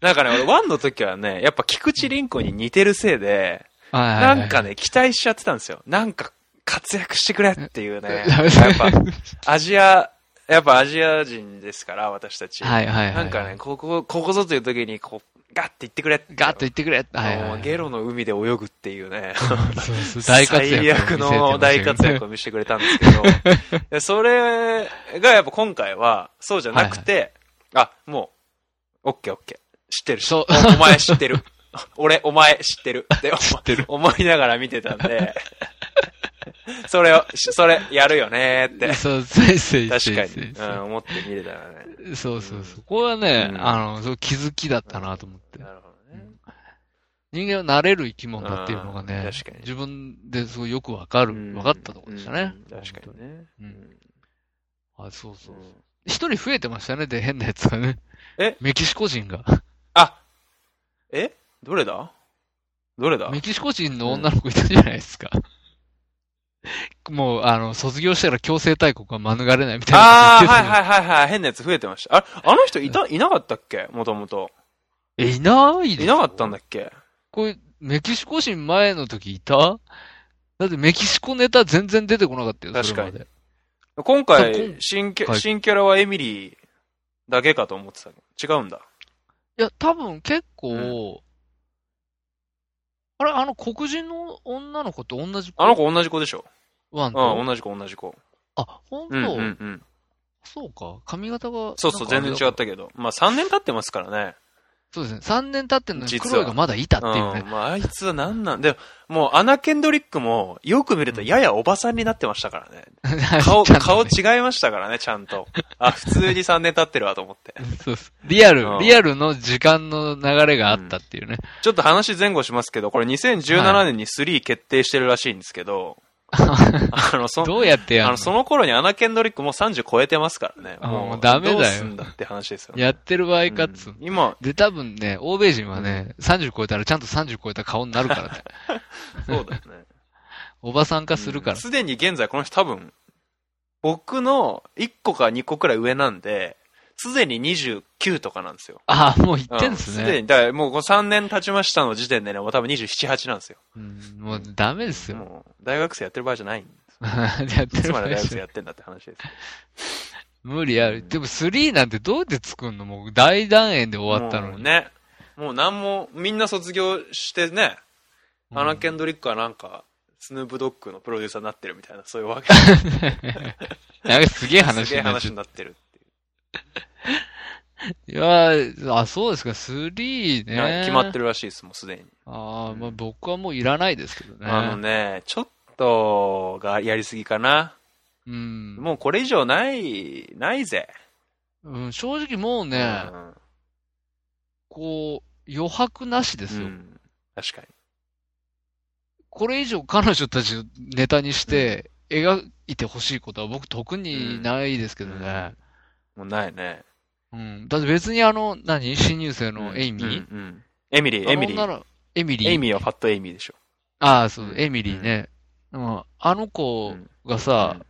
B: なん かね、俺、ワンの時はね、やっぱ菊池凛子に似てるせいで、
C: な
B: なんかね、期待しちゃってたんですよ。なんか、活躍してくれっていう ね。
C: ダ
B: や
C: メ
B: っ
C: だ
B: ぱ、アジア、やっぱアジア人ですから、私たち。
C: はいはいはい。
B: なんかね、、ここ、ここぞという時に、こう、ガッて行ってくれっていう
C: ガッと言ってくれ。はいはい
B: もうゲロの海で泳ぐっていうね。
C: そうそう大活躍
B: 最悪
C: を見せてましたよね。
B: の大活躍を見せてくれたんですけ どで、それがやっぱ今回はそうじゃなくて、あ、もう、オッケーオッケー。知ってるし、お
C: そう
B: お前知 ってる。俺、お前知ってる。で、
C: 知ってる
B: 思いながら見てたんで、それを、しそれやるよねーって、
C: そう、せいせいせ
B: 確か
C: い せい
B: に、うん、思って見れたらね。
C: そうそうそう。これはね、
B: うん
C: あの、そう気づきだったなと思って。
B: なるほどね。
C: 人間は慣れる生き物だっていうのが
B: う
C: ね
B: ん、確かに
C: 自分ですごいよくわかる、わかったところでしたね。
B: うん確かにね。
C: う
B: うんん
C: あ、そうそうそう。一人増えてましたね、で、変なやつがね。
B: え
C: メキシコ人が。
B: あえどれだどれだ
C: メキシコ人の女の子いたじゃないですか。もう、あの、卒業したら強制大国は免れないみたい
B: あ
C: なこ
B: あ、
C: と言って
B: は
C: た
B: い
C: の
B: はいはいはい。変なやつ増えてました。あれ、あの人いた、いなかったっけもともと。
C: え、いないで
B: い
C: しょ
B: なかったんだっけ
C: これ、メキシコ人前の時いただってメキシコネタ全然出てこなかったよ、
B: 確かに
C: それまで
B: 今
C: そう今
B: 回、新キ
C: は
B: ャ、
C: い
B: 新キャラはエミリーだけかと思ってたけど。違うんだ。
C: いや、多分結構、
B: う
C: あれ、あの黒人の女の子と同じ子
B: あの子同じ子でしょ
C: ワンと
B: うん、同じ子同じ子。
C: あ、本当、
B: うんうんうん。
C: そうか。髪型が。
B: そうそう、
C: な
B: 全
C: んかあ
B: 然
C: れだ
B: 違ったけど。まあ3年経ってますからね。
C: そうですね。3年経ってんのに
B: 実は
C: 黒いがまだいたっていうね。
B: うん。まああいつは何なんでも、もうアナ・ケンドリックも、よく見るとややおばさんになってました からね。顔、
C: ちゃんと
B: 顔
C: ね
B: 違いましたからね、ちゃんと。あ、普通に3年経ってるわと思って。
C: そうそうリアル
B: う、ん
C: リアルの時間の流れがあったっていうね。
B: ちょっと話前後しますけど、これ
C: は
B: 2017年に3決定してるらしいんですけど、あの、そ、
C: どうやってや
B: あ
C: る
B: の、その頃にアナ・ケンドリックもう30超えてますからね。
C: あもうダメだよ
B: どうすんだって話ですよね。
C: やってる場合かっつう
B: う
C: の
B: ん今、
C: で、多分ね、欧米人はね、30超えたらちゃんと30超えた顔になるからね。
B: そうだよね。
C: おばさん化するから。
B: すでに現在この人多分、僕の1個か2個くらい上なんで、すでに29とかなんですよ。
C: ああ、もう言って
B: うん
C: です
B: すで
C: ね。
B: に、だからもう3年経ちましたの時点でね、もう多分27、8なんですよ。
C: うんもうダメですよ。
B: もう、大学生やってる場合じゃないんです。
C: やって
B: いつ
C: る場
B: ま
C: 合
B: で大
C: じ
B: 学
C: ゃ
B: 生やってんだって話です。
C: 無理ある。でも3なんてどうやって作んのもう大団円で終わったの
B: もう
C: に。
B: ね。もうなんも、みんな卒業してね、
C: うん
B: アナ・ケンドリックはなんか、スヌープドッグのプロデューサーになってるみたいな、そういうわけ
C: なんかすげえ
B: す
C: 話
B: げえ
C: になっ
B: 話
C: ちゃっ
B: になってるっていう
C: た。いやーあ、そうですか、3ね。
B: はい決まってるらしいです、もうすでに。
C: ああ、まあ僕はもういらないですけどね。
B: あのね、ちょっと、がやりすぎかな。
C: うん。
B: もうこれ以上ない、ないぜ。
C: うん、正直もうね、
B: うん
C: こう、余白なしですよ。
B: うん確かに。
C: これ以上彼女たちをネタにして描いてほしいことは僕特にないですけどね。
B: もうないね。
C: うん。だって別にあの、何新入生のエイミー、
B: うんうんエミリー、エミリ
C: あの女
B: ー。
C: のエミリー。
B: エイミーはファットエイミーでしょ。
C: ああ、そう、
B: うん
C: エミリーね。うん。あの子がさ、
B: うん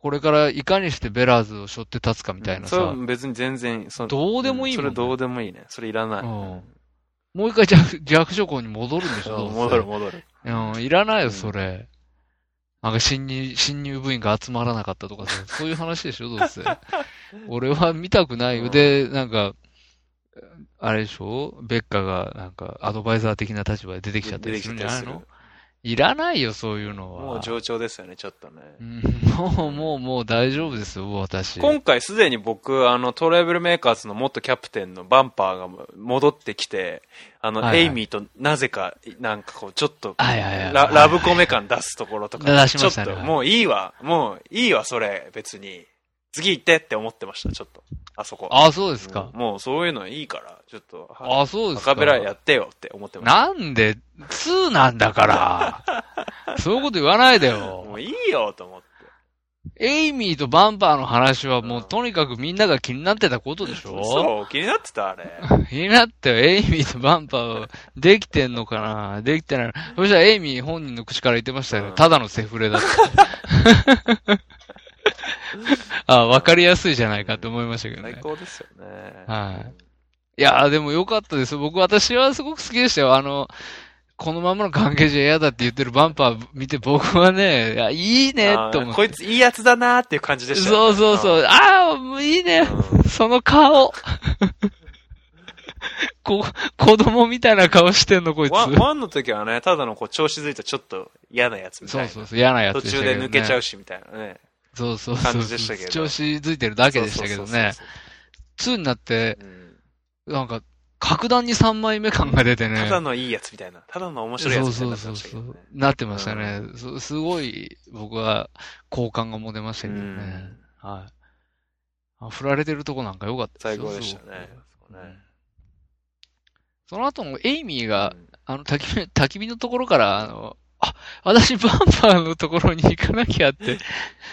C: これからいかにしてベラーズを背負って立つかみたいな
B: そ
C: さ、
B: れ別に全然、その
C: どうでもいいもんね
B: それどうでもいいね。それいらない。
C: うんもう一回弱 弱小校に戻るんでしょ、どうせ
B: 戻る戻る。
C: うん、いらないよ、
B: うん
C: それ。なんか新入、新入部員が集まらなかったとかさ、そういう話でしょ、どうせ。 俺は見たくないよ。で、なんか、あれでしょベッカが、なんか、アドバイザー的な立場で出てきちゃったりするんじゃないのいらないよ、そういうのは。
B: もう上調ですよね、ちょっとね。
C: うんもう、もう、もう大丈夫ですよ、私。
B: 今回すでに僕、あの、トライブルメーカーズの元キャプテンのバンパーが戻ってきて、あの、
C: はいはい
B: エイミーとなぜか、なんかこう、ちょっと、
C: はいはいはい
B: ララブコメ感出すところとか、
C: 出しましたね
B: ちょっと、
C: はい
B: もういいわ、もういいわ、それ、別に。次行ってって思ってました、ちょっと。あそこ。
C: ああ、そうですか。
B: もうそういうのいいから、ちょっと、
C: ああ、そうで
B: ア
C: すか。
B: カペラやってよって思ってました。
C: なんで、2なん だから。そういうこと言わないで
B: も
C: よ。
B: ういいよと思って。
C: エイミーとバンバーの話は
B: う
C: もうんとにかくみんなが気になってたことでしょ
B: そう、気になってた、あ れ。
C: 気になってよ、エイミーとバンパーはできてんのかなできてないの。そしたらエイミー本人の口から言ってましたけど、
B: うん
C: ただのセフレだって。 あわかりやすいじゃないかと思いましたけどね
B: 最。高ですよね。
C: はい。いやー、でも良かったです。僕、私はすごく好きでしたよ。あの、このままの関係じゃ嫌だって言ってるバンパー見て、僕はね、いや、いいね、
B: あー
C: と思っ
B: こ
C: て。
B: いついいやつだなーっていう感じでした
C: そ
B: よ
C: う
B: ね、
C: そうそう。ああ、もういいね。その顔。 こ、子供みたいな顔してんの、こいつ
B: ワ。ン、ワンの時はね、ただのこう調子づいたちょっと嫌なやつみたい
C: そう
B: な。
C: そうそう、嫌なやつ
B: 途
C: でした
B: 中
C: けど、
B: で
C: ね。
B: 抜けちゃうしみたいなね。
C: そうそうそう。
B: 感じでしたけど
C: 調子づいてるだけでしたけどね。
B: そう
C: 2になって、
B: そうそうそう。うん
C: なんか、格段に3枚目感が出てね。
B: ただのいいやつみたいな。ただの面白いやつみたいになってましたけどね。
C: なってましたね。すすごい僕は好感が持てましたけどね。
B: うん
C: はいあ。振られてるとこなんか良かった
B: 最
C: よ
B: 高でしたね。
C: すごく
B: ね
C: その後もエイミーが、
B: うん
C: あの、焚き火、焚き火のところから、あの、あ、私バンパーのところに行かなき ゃって、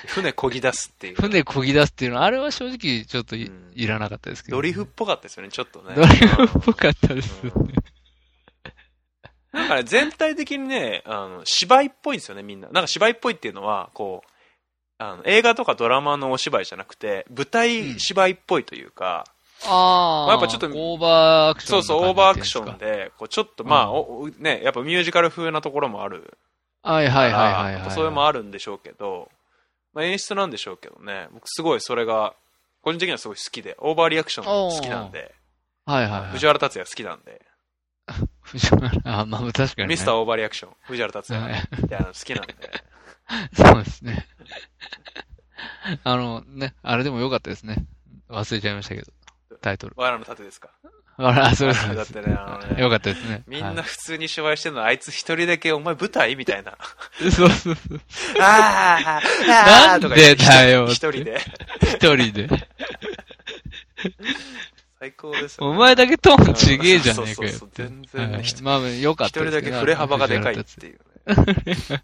B: 船漕ぎ出すっていう。
C: 船漕ぎ出すっていうのは、あれは正直ちょっとい,、
B: うん
C: らなかったですけど、
B: ドリフっぽかったですよね、ちょっとね。
C: ドリフっぽかったですね。
B: うんなんかね、全体的にね、あの、芝居っぽいんですよね、みんな。なんか芝居っぽいっていうのは、こう、あの映画とかドラマのお芝居じゃなくて、舞台芝居っぽいというか、
C: あ
B: ま
C: あ。
B: あやっぱちょっと
C: オーバーアクショ
B: そ
C: ン
B: う
C: な感じっていんですか。
B: そう、オーバーアクション
C: で。
B: で、こうちょっとまあ、
C: うん
B: おおね、やっぱミュージカル風なところもある
C: はいはい
B: から、
C: はいはいはい、
B: やっぱそれもあるんでしょうけど、まあ、演出なんでしょうけどね、僕すごいそれが、個人的にはすごい好きで、オーバーリアクション好きなんで、
C: はいはいはい。
B: 藤原竜也好きなんで、
C: 藤原、あ、まあ確かに、ね。
B: ミス ターオーバーリアクション、藤原竜
C: は
B: 也
C: い
B: みたいなの好き なんで、
C: そうですね。 あのね、あれでも良かったですね。忘れちゃいましたけど、タイトル。
B: わらの盾ですか。
C: あら、そうです。
B: だってねあのね
C: 良かったですね。
B: みん
C: は
B: な普通に芝居してるの、あいつ一人だけ、お前舞台みたいな。
C: い。そうそうそう。
B: あー
C: な
B: あ
C: ん
B: ーと
C: で
B: か言って
C: だよ
B: 一人で。
C: 一人 で。
B: 最高ですよね
C: お前だけトーンちげえじゃねえかよ。
B: そうそうそう全
C: はい
B: 然ね。一
C: まあまあ良か
B: 一
C: った
B: 人
C: です
B: だ
C: け
B: け
C: ど
B: 振れ幅がでかいっていうね。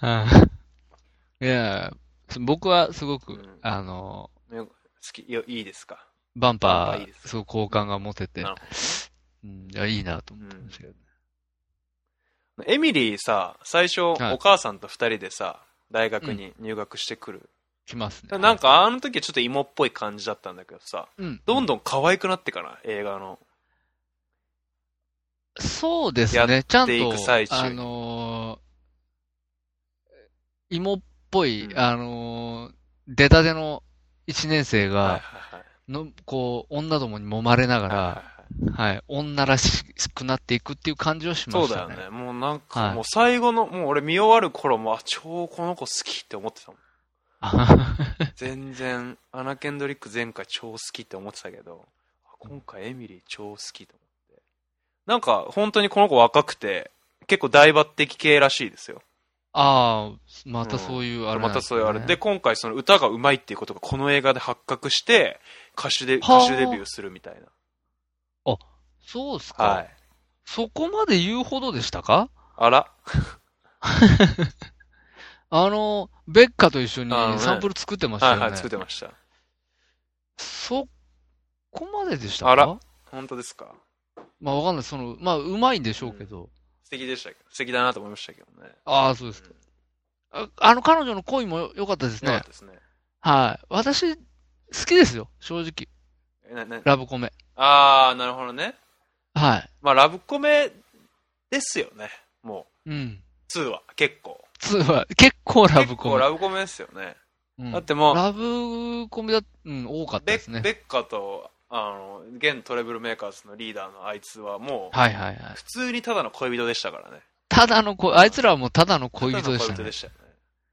C: はいいや、僕はすご
B: う
C: く
B: ん、
C: あの、
B: 好き、よいいですか。
C: バン
B: バンパー
C: パ
B: いい
C: ー
B: で、す
C: すごい好感が持てて
B: なる、
C: うん、いや、いいなと思ってましたけど。
B: エミリーさ、最初、
C: い
B: お母さんと二人でさ、大学に入学してくる。
C: 来ますね。
B: なんか、あの時はちょっと芋っぽい感じだったんだけどさ、
C: うん、
B: どんどん可愛くなってかな、映画の。
C: そうです
B: や
C: ね。ちゃん
B: てい
C: と
B: く最、中に
C: あのー芋っぽい、
B: うん
C: あのー出たての1年生が、
B: はいはいはい
C: の、こう、女どもに揉まれながら、
B: はいはい
C: は
B: はい
C: い、女らしくなっていくっていう感じをしま
B: そう
C: し
B: だ
C: た
B: よ
C: ね。
B: ね。もうなん
C: は
B: か、
C: い
B: もう最後の、もう俺見終わる頃も、あ、超この子好きって思ってたもん。全然、アナ・ケンドリック前回超好きって思ってたけど、あ今回エミリー超好きと思って。なんか、本当にこの子若くて、結構大抜擢系らしいですよ。
C: ああ、またそういうあれなん
B: また
C: です
B: そう
C: ね、
B: いうあれ。で、今回その歌が上手いっていうことがこの映画で発覚して、歌手で、
C: はあ
B: 歌手デビューするみたい
C: そうですか、
B: な。はい。
C: そこまで言うほどでしたか
B: あら
C: あの、ベッカと一緒に
B: あのね
C: サンプル作ってましたよ
B: はい
C: ね。
B: はい、作ってました。
C: そこまででしたか
B: あら本当ですか
C: まあわかんない。その、まあ、うまいんでしょうけど。
B: 素敵でしたけど素敵だなと思いましたけどね。
C: ああ、そうですか。ああの、彼女の恋も良かったです
B: よか
C: ね
B: った。ですね。
C: はい。私、好きですよ。正直。
B: えなな
C: ラブコメ。
B: あー、なるほどね。
C: はい。
B: まあ、ラブコメですよね。も
C: うん。
B: う、2は、結構。
C: 2は、結構ラ
B: 結
C: ブコ
B: 構
C: メ。
B: ラブコメですよね。
C: うん
B: だってもう、
C: ラブコメだ、うん、多かった
B: ベ
C: です
B: ッ
C: ね。
B: ベッカと、あの、現トレブルメーカーズのリーダーのあいつはもう、
C: はいはいはい。
B: 普通にただの恋人でしたからね。
C: ただの恋、あいつらはもうただの恋
B: ただ
C: 人
B: の
C: でし
B: 恋
C: た
B: 人
C: ね
B: で。したよね。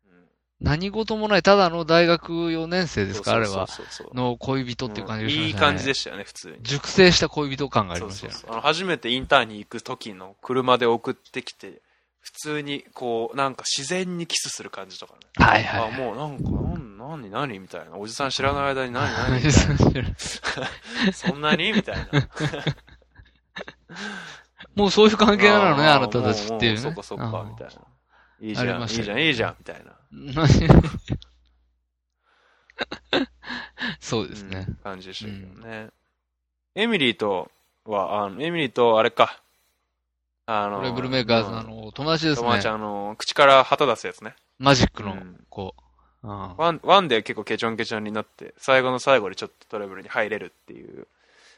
B: うん
C: 何事もない、ただの大学4年生ですか、あれは。
B: そうそうそうそう
C: の恋人っていう感じがしましたね。
B: いい感じでしたよね、普通に。
C: 熟成した恋人感があり
B: そう
C: まし
B: そう
C: たよ
B: そ
C: ね。
B: うあの初めてインターンに行く時の車で送ってきて、普通にこう、なんか自然にキスする感じとかね。
C: はいはいはい
B: あ、もうなんか、なん何何みたいな。おじさん知らない間に何何み たい
C: も
B: な。 そんなにみたいな。
C: うそういう関係なのね、
B: ー
C: あなたたちっていうね。
B: ももそっかそっか、みたいな。いいじ
C: あ
B: ゃ
C: り
B: ん、い
C: ま
B: い
C: した
B: じゃん、いいじゃん、みたいな。
C: な。そうですね
B: う。ん感じでしたけどね。エミリーとは、あの、エミリーとあれか。あの、
C: これブルーメーカーズ
B: うん
C: のあの友達ですね
B: 友。達、あの、口から旗出すやつね。
C: マジック
B: う
C: の
B: ん
C: 子。うん
B: ワン、ワンで結構ケチョンケチョンになって、最後の最後でちょっとトラブルに入れるっていう、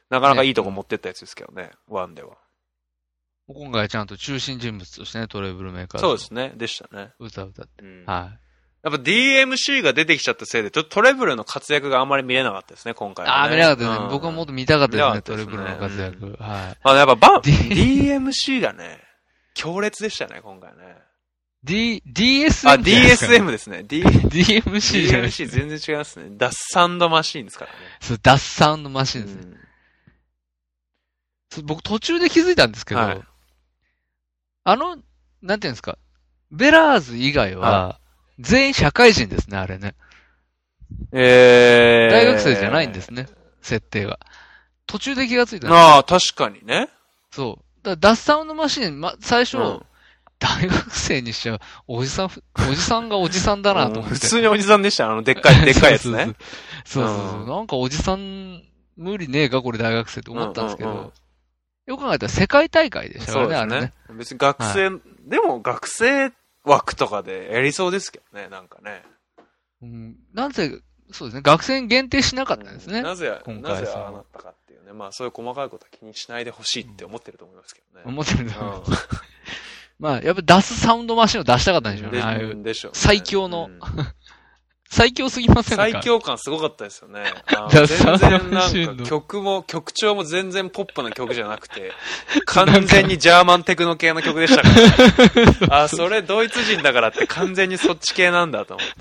B: なかなかいいとこ持ってったやつですけどね、ワンでは。
C: 今回ちゃんと中心人物としてね、トレブルメーカーズ
B: そ
C: の
B: うですね、でしたね。
C: 歌歌って。
B: うんやっ
C: は
B: ぱ
C: い。
B: DMC が出てきちゃったせいで、ちょっとトレブルの活躍があんまり見れなかったですね、今回
C: あ
B: は、
C: あ、見なかったですね。僕はも
B: も
C: っと見たかったです
B: 見たか
C: ね、ト
B: ったで
C: レ
B: すね
C: ブルの活躍。はい。
B: あのやっぱ バン、
C: D-
B: DMC がね、強烈でしたね、今回ね。
C: D、DSM。
B: あ、DSM です ね。D、
C: DMC じゃない
B: DMC 全然違いますね。ダッサンドマシーンですからね。
C: そう、ダッサウンドマシンですね。
B: うん
C: そう僕途中で気づいたんですけど、
B: はい
C: あの、なんていうんですか、ベラーズ以外は、全員社会人ですね、あれね。
B: えー。
C: 大学生じゃないんですね、設定が。途中で気がついたんです
B: ああ、確かにね。
C: そう。だダッサウンドマシン、ま、最初、
B: うん
C: 大学生にしちゃう、おじさんふ、おじさんがおじさんだなと思っ
B: うん
C: て。
B: 普通におじさんでした、あの、で っかい、でっかいやつね。
C: そうそうそう。そうそうそう
B: うん
C: なんかおじさん、無理ねえか、これ大学生って思ったんですけど、
B: うんうんうん
C: よく考えたら世界大会でしたからね、あれね。。
B: 別に学生、でも学生枠とかでやりそうですけどね、なんかね。
C: うん、なんせ、そうですね、学生に限定しなかったんですね。
B: なぜ、
C: 今
B: な
C: 回
B: ぜ
C: その
B: ああなったかっていうね。まあそういう細かいことは気にしないでほしいって思ってると思いますけどね。
C: 思ってるんだ、
B: うん
C: まあ、やっぱ出すサウンドマシンを出したかったんでしょうね、ああいう。
B: でしょうね
C: 最強
B: う
C: の
B: ん
C: 最強すぎませんか
B: 最強感すごかったですよ ね。あの
C: ダ
B: 全
C: サ
B: 然
C: マシン
B: な
C: の
B: んか曲も、曲調も全然ポップな曲じゃなくて、完全にジャーマンテクノ系の曲でした から。あ、それドイツ人だからって完全にそっち系なんだと思って。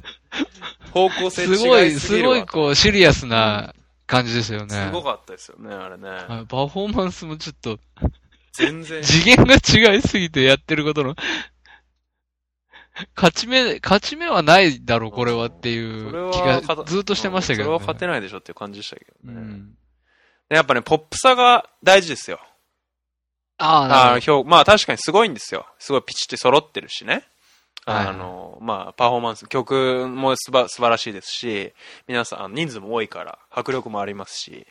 B: 方向性
C: すご
B: 違い
C: い、
B: す
C: す
B: ぎる
C: ご
B: わ
C: い、こう、シリアスな感じでしたよね。
B: すごかったですよね、あれね。
C: はいパフォーマンスもちょっと、
B: 全然。
C: 次元が違いすぎてやってることの、勝ち目、勝ち目はないだろう、これはってい
B: それ
C: う
B: は
C: 気がずっとしてましたけ
B: うんそれは
C: ど、ね。
B: 勝てないでしょっていう感じでしたけどね。
C: うん。
B: やっぱね、ポップさが大事ですよ。
C: ああ、な
B: あ
C: る
B: の、表、まあ確かにすごいんですよ。すごいピチって揃ってるしね。あの、まあパフォーマンス、曲もすば素晴らしいですし、皆さん、あの人数も多いから、迫力もありますし。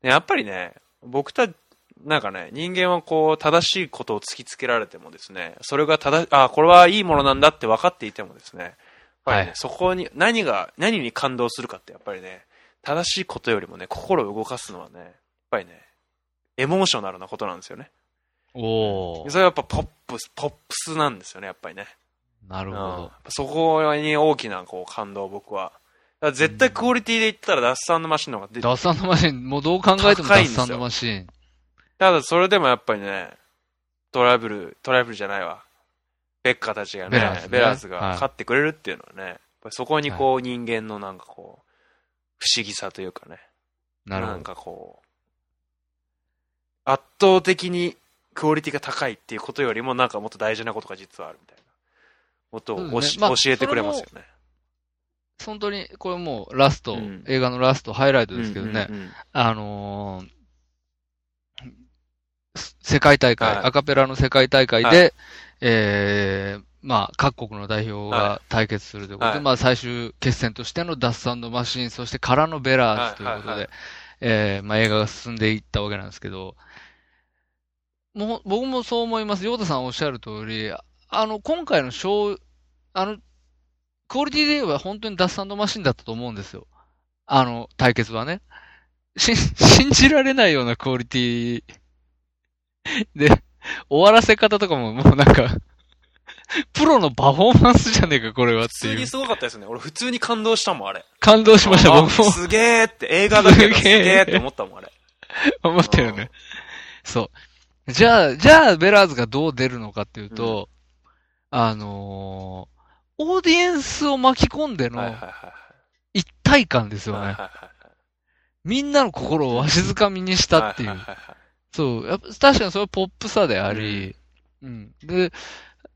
B: でやっぱりね、僕たち、なんかね、人間はこう、正しいことを突きつけられてもですね、それが正し、あ、これはいいものなんだって分かっていてもですね、やっぱりね
C: はい
B: そこに、何が、何に感動するかって、やっぱりね、正しいことよりもね、心を動かすのはね、やっぱりね、エモーショナルなことなんですよね。
C: ほど。おお
B: それはやっぱポップス、ポップスなんですよね、やっぱりね。
C: なるほ
B: うん
C: ど。
B: そこに大きなこう感動を僕は。だから絶対クオリティで言ったらダッサンのマシンの方が出
C: ダッサンドマシン、もうどう考えてもダ
B: 高いんで
C: ッ
B: すよ
C: サンドマシン。
B: ただそれでもやっぱりね、トラブル、トラブルじゃないわ。ベッカたちがね、
C: ベ
B: ベ
C: ラ
B: ラ
C: ー
B: ーズ
C: ズね
B: が
C: はい
B: 勝ってくれるっていうのはね、やっぱりそこにこう人間のなんかこう、不思議さというかね、
C: なるほ
B: ん
C: ど。
B: かこう、圧倒的にクオリティが高いっていうことよりもなんかもっと大事なことが実はあるみたいなことを
C: そう
B: お
C: です
B: し、
C: ねまあ
B: 教えてくれますよね。
C: 本当に、これもうラスト、
B: うん
C: 映画のラスト、ハイライトですけどね、
B: うんうんうん
C: あのーす世界大会、
B: はい
C: アカペラの世界大会で、
B: は
C: えーまあ、各国の代表が対決するということで、
B: はい
C: まあ、最終決戦としてのダッサンドマシン、そしてからのベラーズということで、
B: はいはいはい
C: えーまあ、映画が進んでいったわけなんですけど、もう、僕もそう思います。ヨータさんおっしゃる通り、あの、今回の賞、あの、クオリティで言えば本当にダッサンドマシンだったと思うんですよ。あの、対決はね。し、信じられないようなクオリティで、終わらせ方とかももうなんか、プロのパフォーマンスじゃねえか、これはっ
B: 普
C: て
B: 通
C: い
B: に
C: う。
B: すごかったですね。俺普通に感動したもん、あれ。
C: 感動しました、
B: あ
C: 僕も。
B: すげーって、映画だけど
C: す
B: す
C: げー
B: げーって思ったもん、あれ。
C: 思ったよね。そう。じゃあ、じゃあ、ベラーズがどう出るのかっていうと、あのーオーディエンスを巻き込ん
B: は
C: で
B: いはい
C: の
B: はいは
C: 一体感です
B: い。
C: よ
B: はいはい
C: ね。
B: はい
C: みんなの心をわしづかみにしたってい
B: は
C: う
B: は。はは
C: そう。やっぱ確かにそれはポップさであり、うん。で、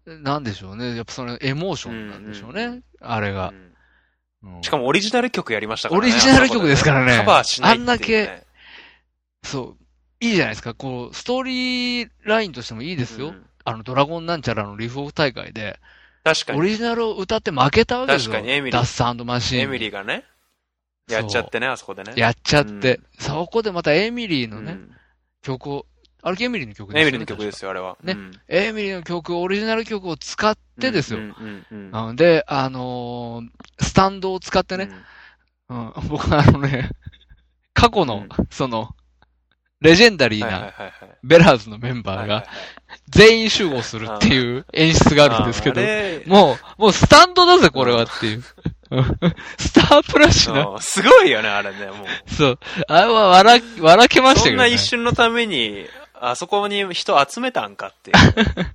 C: なんでしょうね。やっぱそのエモーションなんでしょうね。
B: うんうん
C: あれが
B: う。ん
D: うん
B: しかもオリジナル曲やりましたから
C: オ
B: ね。
C: リジナル曲ですからね。
B: カバーしないっていう、ね。
C: あんだけ、そう、いいじゃないですか。こう、ストーリーラインとしてもいいですよ。
B: うん
C: あの、ドラゴンなんちゃらのリフオフ大会で、
B: 確か
C: オ
B: に、
C: リジナルを歌って負けたわけですよ。
B: 確かにエミリー
C: ダッサンドマシーン。
B: エミリーがね、やっちゃってね、あそこでね。
C: やっちゃって、
B: う
C: そこでまたエミリーのね、
B: うん
C: 曲を、あれエミリーの曲ですよね
B: エミリーの曲ですよ、あれは。
C: ね
B: うん
C: エミリーの曲、オリジナル曲を使ってですよ。
B: うんうんうん
C: なので、あのースタンドを使って
B: うん
C: ね、うん 僕はあのね、過去の、その、レジェンダリー
B: はいはい
C: な
B: はいはい。
C: ベラーズのメンバー
B: はい
C: が全員集合するっていう演出があるんですけど
B: あ、れ
C: もう、もうスタンドだぜ、これはっていう。スタープラッシュな。
B: うんすごいよね、あれね、もう。
C: そう。あれは笑、笑けました
B: そ
C: け
B: ん
C: ど
B: な
C: ね
B: 一。瞬のために、あそこに人集めたんか っていう。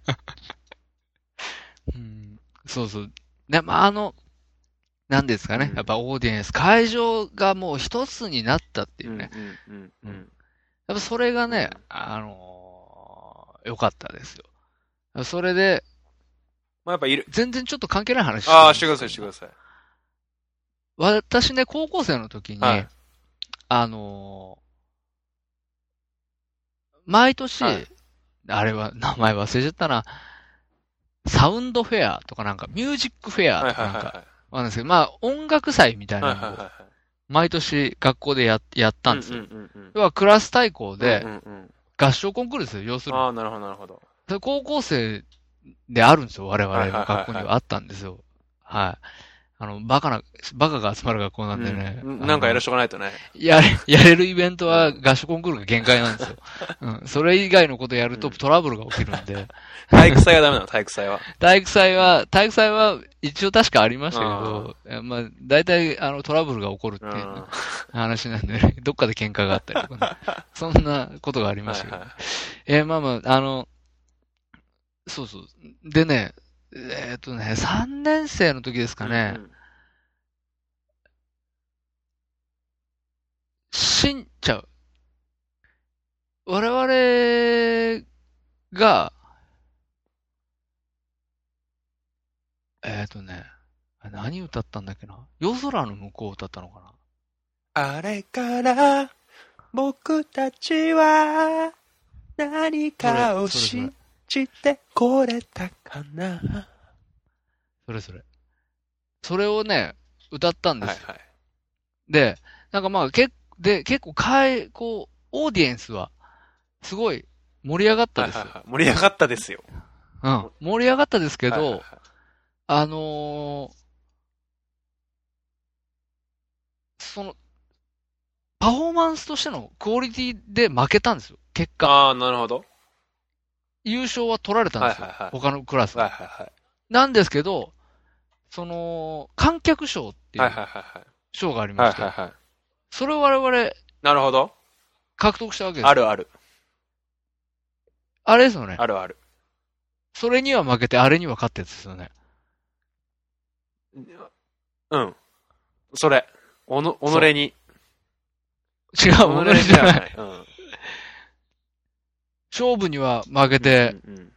C: うんそうそう。ね、まあ、あの、なんですかね
B: う。ん
C: やっぱオーディエンス、会場がもう一つになったっていうね。
B: うんうんうんうん
C: やっぱそれがね
B: うん、
C: あのー良かったですよ。それで、
B: まあやっぱいる。
C: 全然ちょっと関係ない話
B: ああ、してください、してください。
C: 私ね、高校生の時に、
B: はい
C: あのー毎年、
B: はい
C: あれは、名前忘れちゃったな、サウンドフェアとかなんか、ミュージックフェア
B: はい
C: とか
B: はい
C: な
B: はい
C: んか、
B: は
C: わかんないですけど、まあ、音楽祭みたい
B: い。は
C: ない
B: はいは
C: の
B: い
C: を、
B: はい。
C: 毎年学校でややったんですよ。
B: うんうんうんうん
C: 要は、クラス対抗
B: う
C: で
B: ん、うん
C: 合唱コンクールですよ、要す
B: うん
C: るに
B: ああ、なるほど、なるほど。。
C: それ高校生であるんですよ、我々
B: はいはい
C: の
B: はいはい
C: 学校にはあったんですよ。はい。あの、バカな、バカが集まる学校なんでね。
B: うんなんかやら
C: し
B: しとかないとね。
C: やれ、 やれるイベントは合唱コンクールが限界なんですよ。うん。それ以外のことやると
B: うん
C: トラブルが起きるんで。
B: 体育祭はダメなの、体育祭は。
C: 体育祭は、体育祭は一応確かありましたけ
B: あ
C: ど、えまあ、大体あのトラブルが起こるって
B: う
C: い
B: ん。
C: うね
B: は
C: 話なんでね、どっかで喧嘩があったりとかね。そんなことがあり
B: い
C: ま
B: は
C: し
B: い
C: たけど。えーまあまあ、あの、そうそう。でね、えーっとね、3年生の時ですかね、
B: うんうん
C: 死んちゃう。我々が、えっ、ー、とね、何歌ったんだっけな夜空の向こうを歌ったのかな
B: あれから、僕たちは、何かを
C: それそれ
B: 信じてこれたかな。
C: それそれ。それをね、歌ったんで
B: は
C: す
B: い
C: よ。
B: はい。
C: で、なんかまあ、けで結構かい、こう、オーディエンスは、すごい盛り上がった
B: はい
C: ですよ
B: はい。はい盛り上がったですよ。
C: うん。盛り上がったですけど、
B: はいはいはい
C: あのーその、パフォーマンスとしてのクオリティで負けたんですよ。結果、
B: ああ、なるほど。
C: 優勝は取られたんですよ。
B: はいはいはい
C: 他のクラス、
B: はいはいはい。
C: なんですけど、その、観客賞ってい
B: はいうはいはい
C: 賞がありま
B: はい。はい
C: して、
B: はいはい。
C: それを我々
B: なるほど。
C: 獲得したわけですよ
B: あるある。
C: あれですよね。
B: あるある。
C: それには負けて、あれには勝ってですよね。
B: うん。それ。おの、
C: そう
B: 己に。
C: 違う、同じじゃない。
B: い。 うん。
C: 勝負には負けて、
B: うんうん、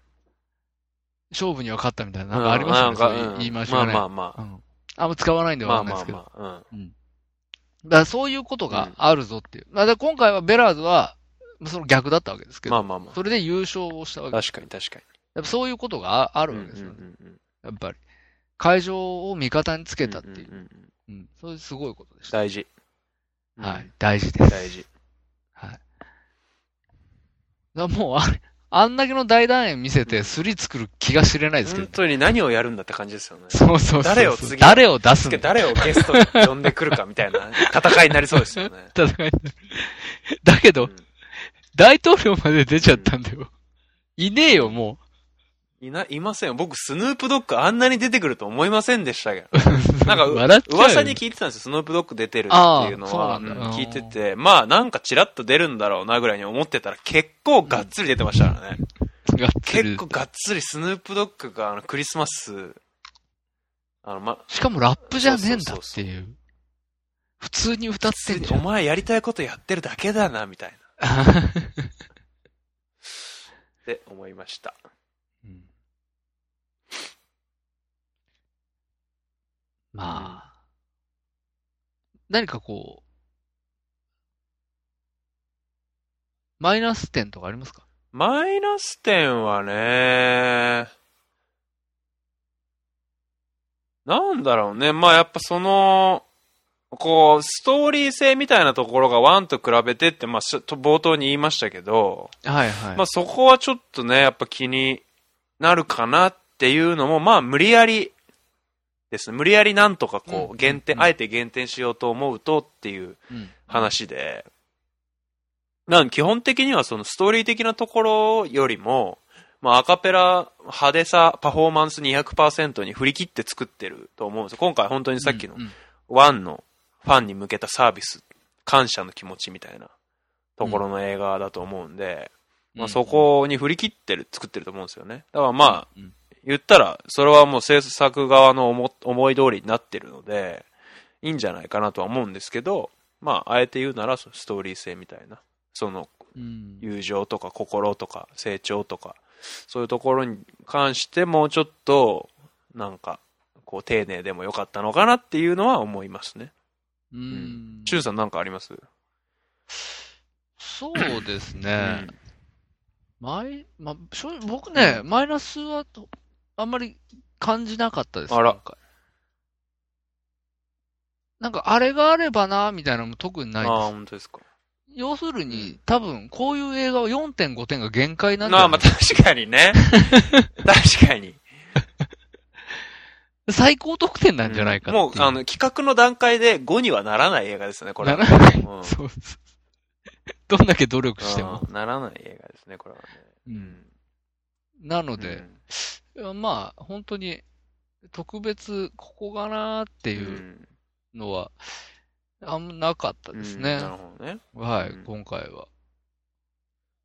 C: 勝負には勝ったみたいな、なんかありましたね。
B: うん
C: そううんいう言いましたね。
B: まあまあ
C: うん。あんま使わないんでわ
B: ま
C: か
B: あ。まあ
C: んないですけど。
B: まあまあ。
C: だからそういうことがあるぞっていう。まあだから今回はベラーズは、その逆だったわけです
B: う
C: け
B: ん。
C: ど、
B: まあまあま
C: それで優勝をしたわ
B: あ。
C: けです。
B: 確かに確か
C: やっぱそういうことがああ
B: に。
C: る
B: うん
C: わ
B: うん
C: けですよね。
B: うん
C: やっぱり。会場を味方につけたっていう
B: ん
C: う。
B: うんうん
C: うん。そういうすごいことでした。
B: 大事。
C: は
B: う
C: い
B: ん。。
C: 大事です。
B: 大事。
C: はい。だからもうあれ、あんだけの大団円見せて、スリ作る気が知れないですけど
B: 本
C: ね、
B: 当に何をやるんだって感じですよね。
C: そうそうそうそう。
B: 誰を次
C: 誰を出す
B: つ
C: ん
B: け
C: だ。
B: 誰をゲストに呼んでくるかみたいな戦いになりそうですよね
C: 戦いになるだけど、
B: うん
C: 大統領まで出ちゃったんだよ。いねえよ、も
B: いな、いませんよ。僕、スヌープドッグあんなに出てくると思いませんでした けど。
C: う。
B: なんかう、
C: 笑っちゃうよ
B: 噂に聞いてたんですよ。スヌープドッグ出てるっていうの
C: あ
B: は、
C: あそうなんだ
B: うん聞いてて、まあ、なんかチラッと出るんだろうなぐらいに思ってたら、結構がっつり出てましたからね。
C: がっつり
B: 結構がっつりスヌープドッグが、あの、クリスマス、あの、ま、
C: しかもラップじゃねえん
B: そ
C: だ
B: う
C: って
B: そうそう
C: いう。普通に歌ってんじゃ
B: お
C: ん。
B: 前やりたいことやってるだけだな、みたいな。 って思いました。
C: うんまあ、何かこう、マイナス点とかありますか
B: マイナス点はね、なんだろうね。まあやっぱその、こう、ストーリー性みたいなところが1と比べてって、まあしょと冒頭に言いましたけど、
C: はいはい
B: まあそこはちょっとね、やっぱ気になるかなっていうのも、まあ無理やりですね。無理やりなんとか
C: うんうん
B: こ
C: う
B: う、
C: ん
B: 減点、あえて減点しようと思うとっていう
C: うん。
B: 話で、なん基本的にはそのストーリー的なところよりも、まあ、アカペラ派手さ、パフォーマンス200%に振り切って作ってると思うんですよ。今回本当にさっきの
C: うんうん
B: ワンのファンに向けたサービス、感謝の気持ちみたいなところの映画だと思うんで、まあ、そこに振り切ってる、作ってると思うんですよね。だからまあ、
C: うん
B: 言ったら、それはもう制作側の思思い通りになってるので、いいんじゃないかなとは思うんですけど、まあ、あえて言うなら、そのストーリー性みたいな、その
C: うん
B: 友情とか心とか成長とか、そういうところに関してもうちょっと、なんか、こう、丁寧でもよかったのかなっていうのは思いますね。
C: うん。
B: しゅんさんなんかあります
C: そうです
B: う
C: ね。
B: ん
C: マイ、まあ、正直僕ね、マイナスはとあんまり感じなかったです。
B: あら
C: 今回なんか、あれがあればな、みたいなのも特に
B: ああ、
C: ないです。
B: 本当ですか。
C: 要する
B: う
C: に、多分、こういう映画は4.5点が限界なんだ
B: まあまあ、確かに ね。確かに。
C: 最高得点なんじゃないかってい
B: もう、あの、企画の段階で5にはならない映画ですね、これは。
C: ならない
B: うん
C: そう です。どんだけ努力しても。
B: うんならない映画ですね、これはね。
C: うんなの
B: う
C: で、
B: ん
C: いやまあ、本当に、特別、ここかなっていううんのは、あんまなかったですね。
B: うんなるほどね。
C: はい、
B: うん
C: 今回は。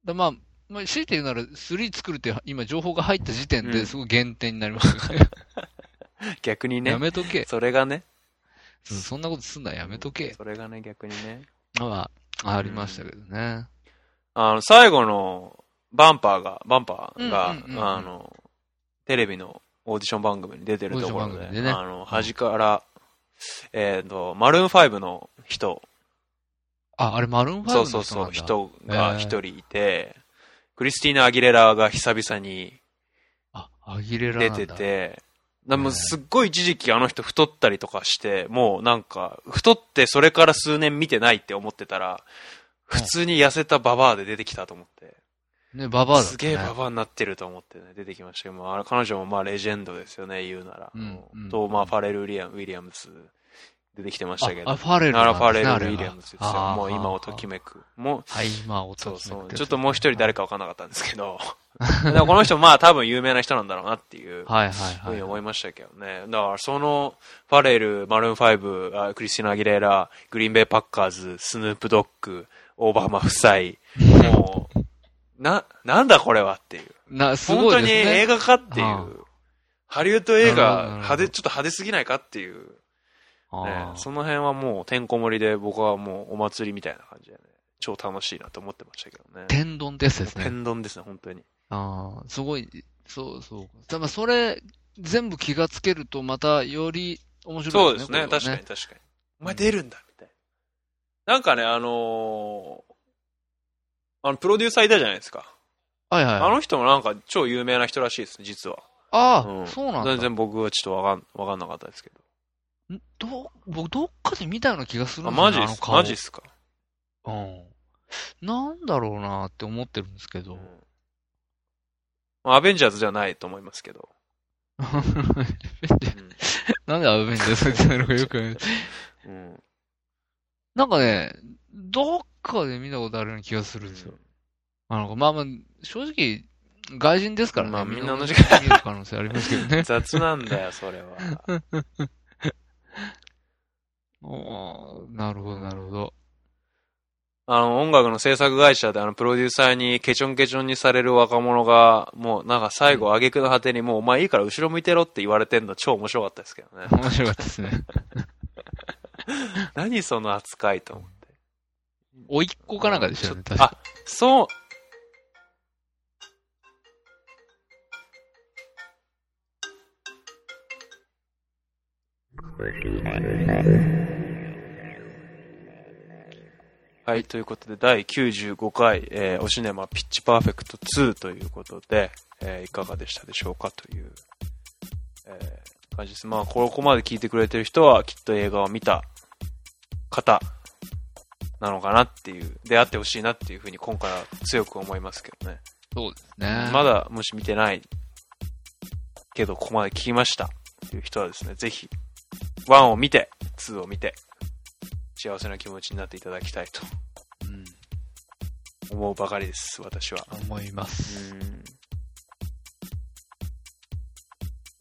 C: だまあ、まあ、強いて言うなら、3作るって今情報が入った時点
B: う
C: で
B: ん
C: すごい減点になりますよね。
B: 逆に
C: や
B: ね。
C: めとけ。
B: それがね。
C: そそんなことすんなやめとけ。
B: それがね、逆にね。
C: まあ、ありましたけどね。
B: あの、最後の、バンパーが、バンパーが、
C: うんうんうんうん
B: あの、テレビのオーディション番組に出てるところ
C: オーディション番
B: で、
C: 組でね
B: あの、端から、えっ、と、マルーン5の人、
C: あ、あれ、マルーン5
B: そ
C: の人なん
B: う
C: だ
B: そうそう、人が一人いて、クリスティーナ・アギレラが久々に
C: あ、アギレラな
B: 出
C: んだ。
B: てて、でもすっごい一時期あの人太ったりとかして、もうなんか、太ってそれから数年見てないって思ってたら、普通に痩せたババアで出てきたと思って。
C: ね、ババアだったね。
B: すげえババアになってると思ってね、出てきましたけど、まああれ、彼女もまあレジェンドですよね、言うなら。
C: うんうん
B: と、まあ、ファレル・ウィリアムウィリアムズ、出てきてましたけど。
C: ああファレル
B: な
C: な
B: ら
C: ん
B: ファ
C: で
B: レル・
C: すね
B: ウ
C: あれは
B: ィリアムズですよ。
C: あー
B: もう今をときめく。もう、
C: はい、今、お
B: そうそう。
C: と
B: ちょっともう一人誰
C: か。
B: かわかんなかったんですけ ど。でもこの人、まあ多分有名な人なんだろうなって いう。
C: はいはい
B: ふう
C: はい。
B: に思いましたけどね。だから、その、ファレル、マルーン5あ、クリスティーナ・アギレーラ、グリーンベイ・パッカーズ、スヌープ・ドッグ、オーバーマ夫妻、もう、な、なんだこれはっていう。
C: な、す
B: 本
C: ご
B: 当
C: いで
B: に
C: すね。
B: 映画かってい
C: は
B: う。ハリウッド映
C: なるほど
B: 画、
C: なる
B: 派
C: ほど
B: 手、ちょっと派手すぎないかっていう。ね
C: あー
B: その辺はもう、てんこ盛りで僕はもうお祭りみたいな感じでね、超楽しいなと思ってましたけどね。
C: 天丼ですですね。
B: 天丼ですね、本当に。
C: ああ、すごい、そうそう。だまあそれ、全部気がつけると、またより面
B: そ
C: 白
B: う
C: いで
B: ですす
C: ね。
B: ね、確かに
C: こ
B: 確かに。お前出るんだ、みたいな。なんかね、あのーあの、プロデューサーいたじゃないですか。
C: れはねはいは
B: あ
C: い。
B: の人もなんか超有名な人らしいですね、実は。
C: ああ、
B: うん
C: そうなんだ。
B: 全然僕はちょっとわかん、わかんなかったですけど。
C: んど、僕、どっかで見たような気がする
B: あ、
C: んですよ
B: マ
C: ね、
B: ジっ
C: あの
B: すか
C: 顔
B: マジっすか
C: うん。なんだろうなって思ってるんですけ
B: う
C: ど
B: ん。まあアベンジャーズじゃないと思いますけど。
C: なんでアベンジャーズってなのかよくない。
B: うんうん
C: なんかね、どっかで見たことあるような気がするんですよ。あの、まあまあ、正直、外人ですからね。
B: まあみんな同じ
C: 見る可能性ありますけどね。
B: 雑なんだよ、それは。
C: おーなるほど、なるほど。。
B: あの、音楽の制作会社で、あの、プロデューサーにケチョンケチョンにされる若者が、もう、なんか最後、挙句の果てに、もう、お前いいから後ろ向いてろって言われてんの、超面白かったですけど ね
C: 面白かったですね。
B: 何その扱いと思って。
C: おいっ子かなんかでしたよね、
B: ちょ
C: 確か。
B: あ、そう。はい、ということで、第95回、えー、おシネマピッチパーフェクト2ということで、えーいかがでしたでしょうかという、えー感じです。まあ、ここまで聞いてくれてる人は、きっと映画を見た方なのかなっていう、であってほしいなっていうふうに今回は強く思いますけどね。
C: そうですね。
B: まだもし見てないけど、ここまで聞きましたという人はですね、ぜひ、1を見て、2を見て、幸せな気持ちになっていただきたいと
C: うん、
B: 思うばかりです、私は。
C: 思います。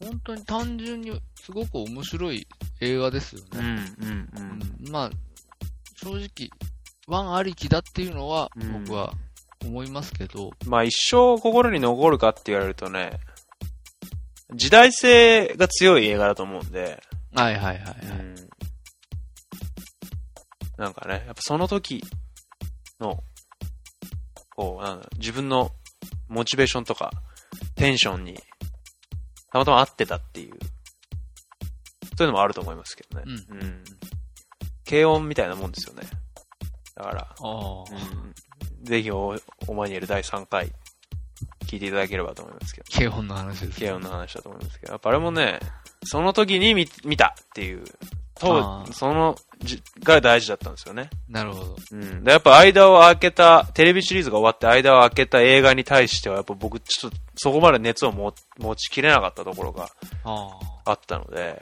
C: 本当に単純にすごく面白い映画ですよ
B: うん、う
C: ね。
B: ん、う。
C: うんんまあ、正直、ワンありきだっていうのは
B: うん
C: 僕は思いますけど、
B: まあ一生心に残るかって言われるとね、時代性が強い映画だと思うんで、
C: はいはいはいは
B: う
C: い。
B: んなんかね、やっぱその時の、こう、なんだろう自分のモチベーションとか、テンションに、たまたま合ってたっていう、そういうのもあると思いますけどね。うん軽音みたいなもんですよね。だから、
C: ああ、
B: ぜひお、おマニュエル第3回、聞いていただければと思いますけど。
C: 軽音の話です。
B: 軽音の話だと思いますけど、やっぱあれもね、その時に見見たっていう、
C: あ
B: と
C: ー
B: そのじ、が大事だったんですよね。
C: なるほど。
B: うん。で、やっぱ間を空けた、テレビシリーズが終わって間を空けた映画に対しては、やっぱ僕、ちょっと、そこまで熱をも持ちきれなかったところが
C: ああ、
B: あったので、やっ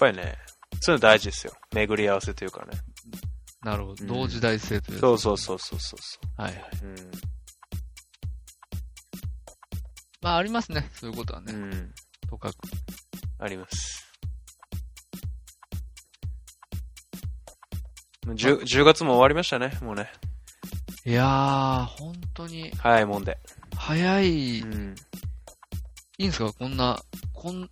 B: ぱりね、そういうの大事ですよ。巡り合わせというかね。
C: なるほど。
B: うん
C: 同時代性という。。
B: そうそうそうそうそうそう
C: はいはい。
B: う。うん。
C: まあありますね。そういうことは
B: う
C: ね。
B: ん。
C: とかく。
B: あります。もう 10, 10月も終わりましたね、もうね。
C: いやー、本当に
B: 早いもんで。
C: 早い。
B: う
C: い
B: ん。
C: いんですかこんな、こん、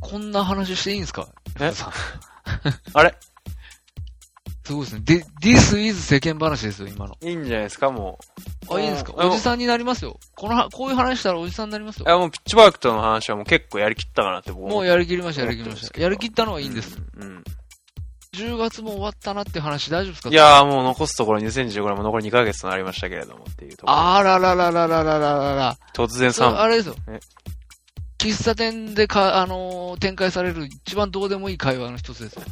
C: こんな話していいんですか
B: え
C: さん
B: あれ
C: すごいですね。で、This is 世間話ですよ、今の。
B: いいんじゃないですか、も
C: あ、いいんですか
B: あ
C: おじさんになりますよ。このは、こういう話したらおじさんになります
B: う。い。
C: よ
B: や、もうピッチパークとの話はもう結構やりきったかなって僕
C: もう
B: や
C: やりきりました、やりきりました。やりきったのはいいんです。。
B: うん。
C: 10月も終わったなって話大丈夫ですか
B: い、やーもう残すところ2015年も残り2ヶ月となりましたけれどもっていうところ。
C: あららららららららら。
B: 突然
C: それ
B: 3
C: あれですよ
B: え。
C: 喫茶店でか、あのー展開される一番どうでもいい会話の一つですよ。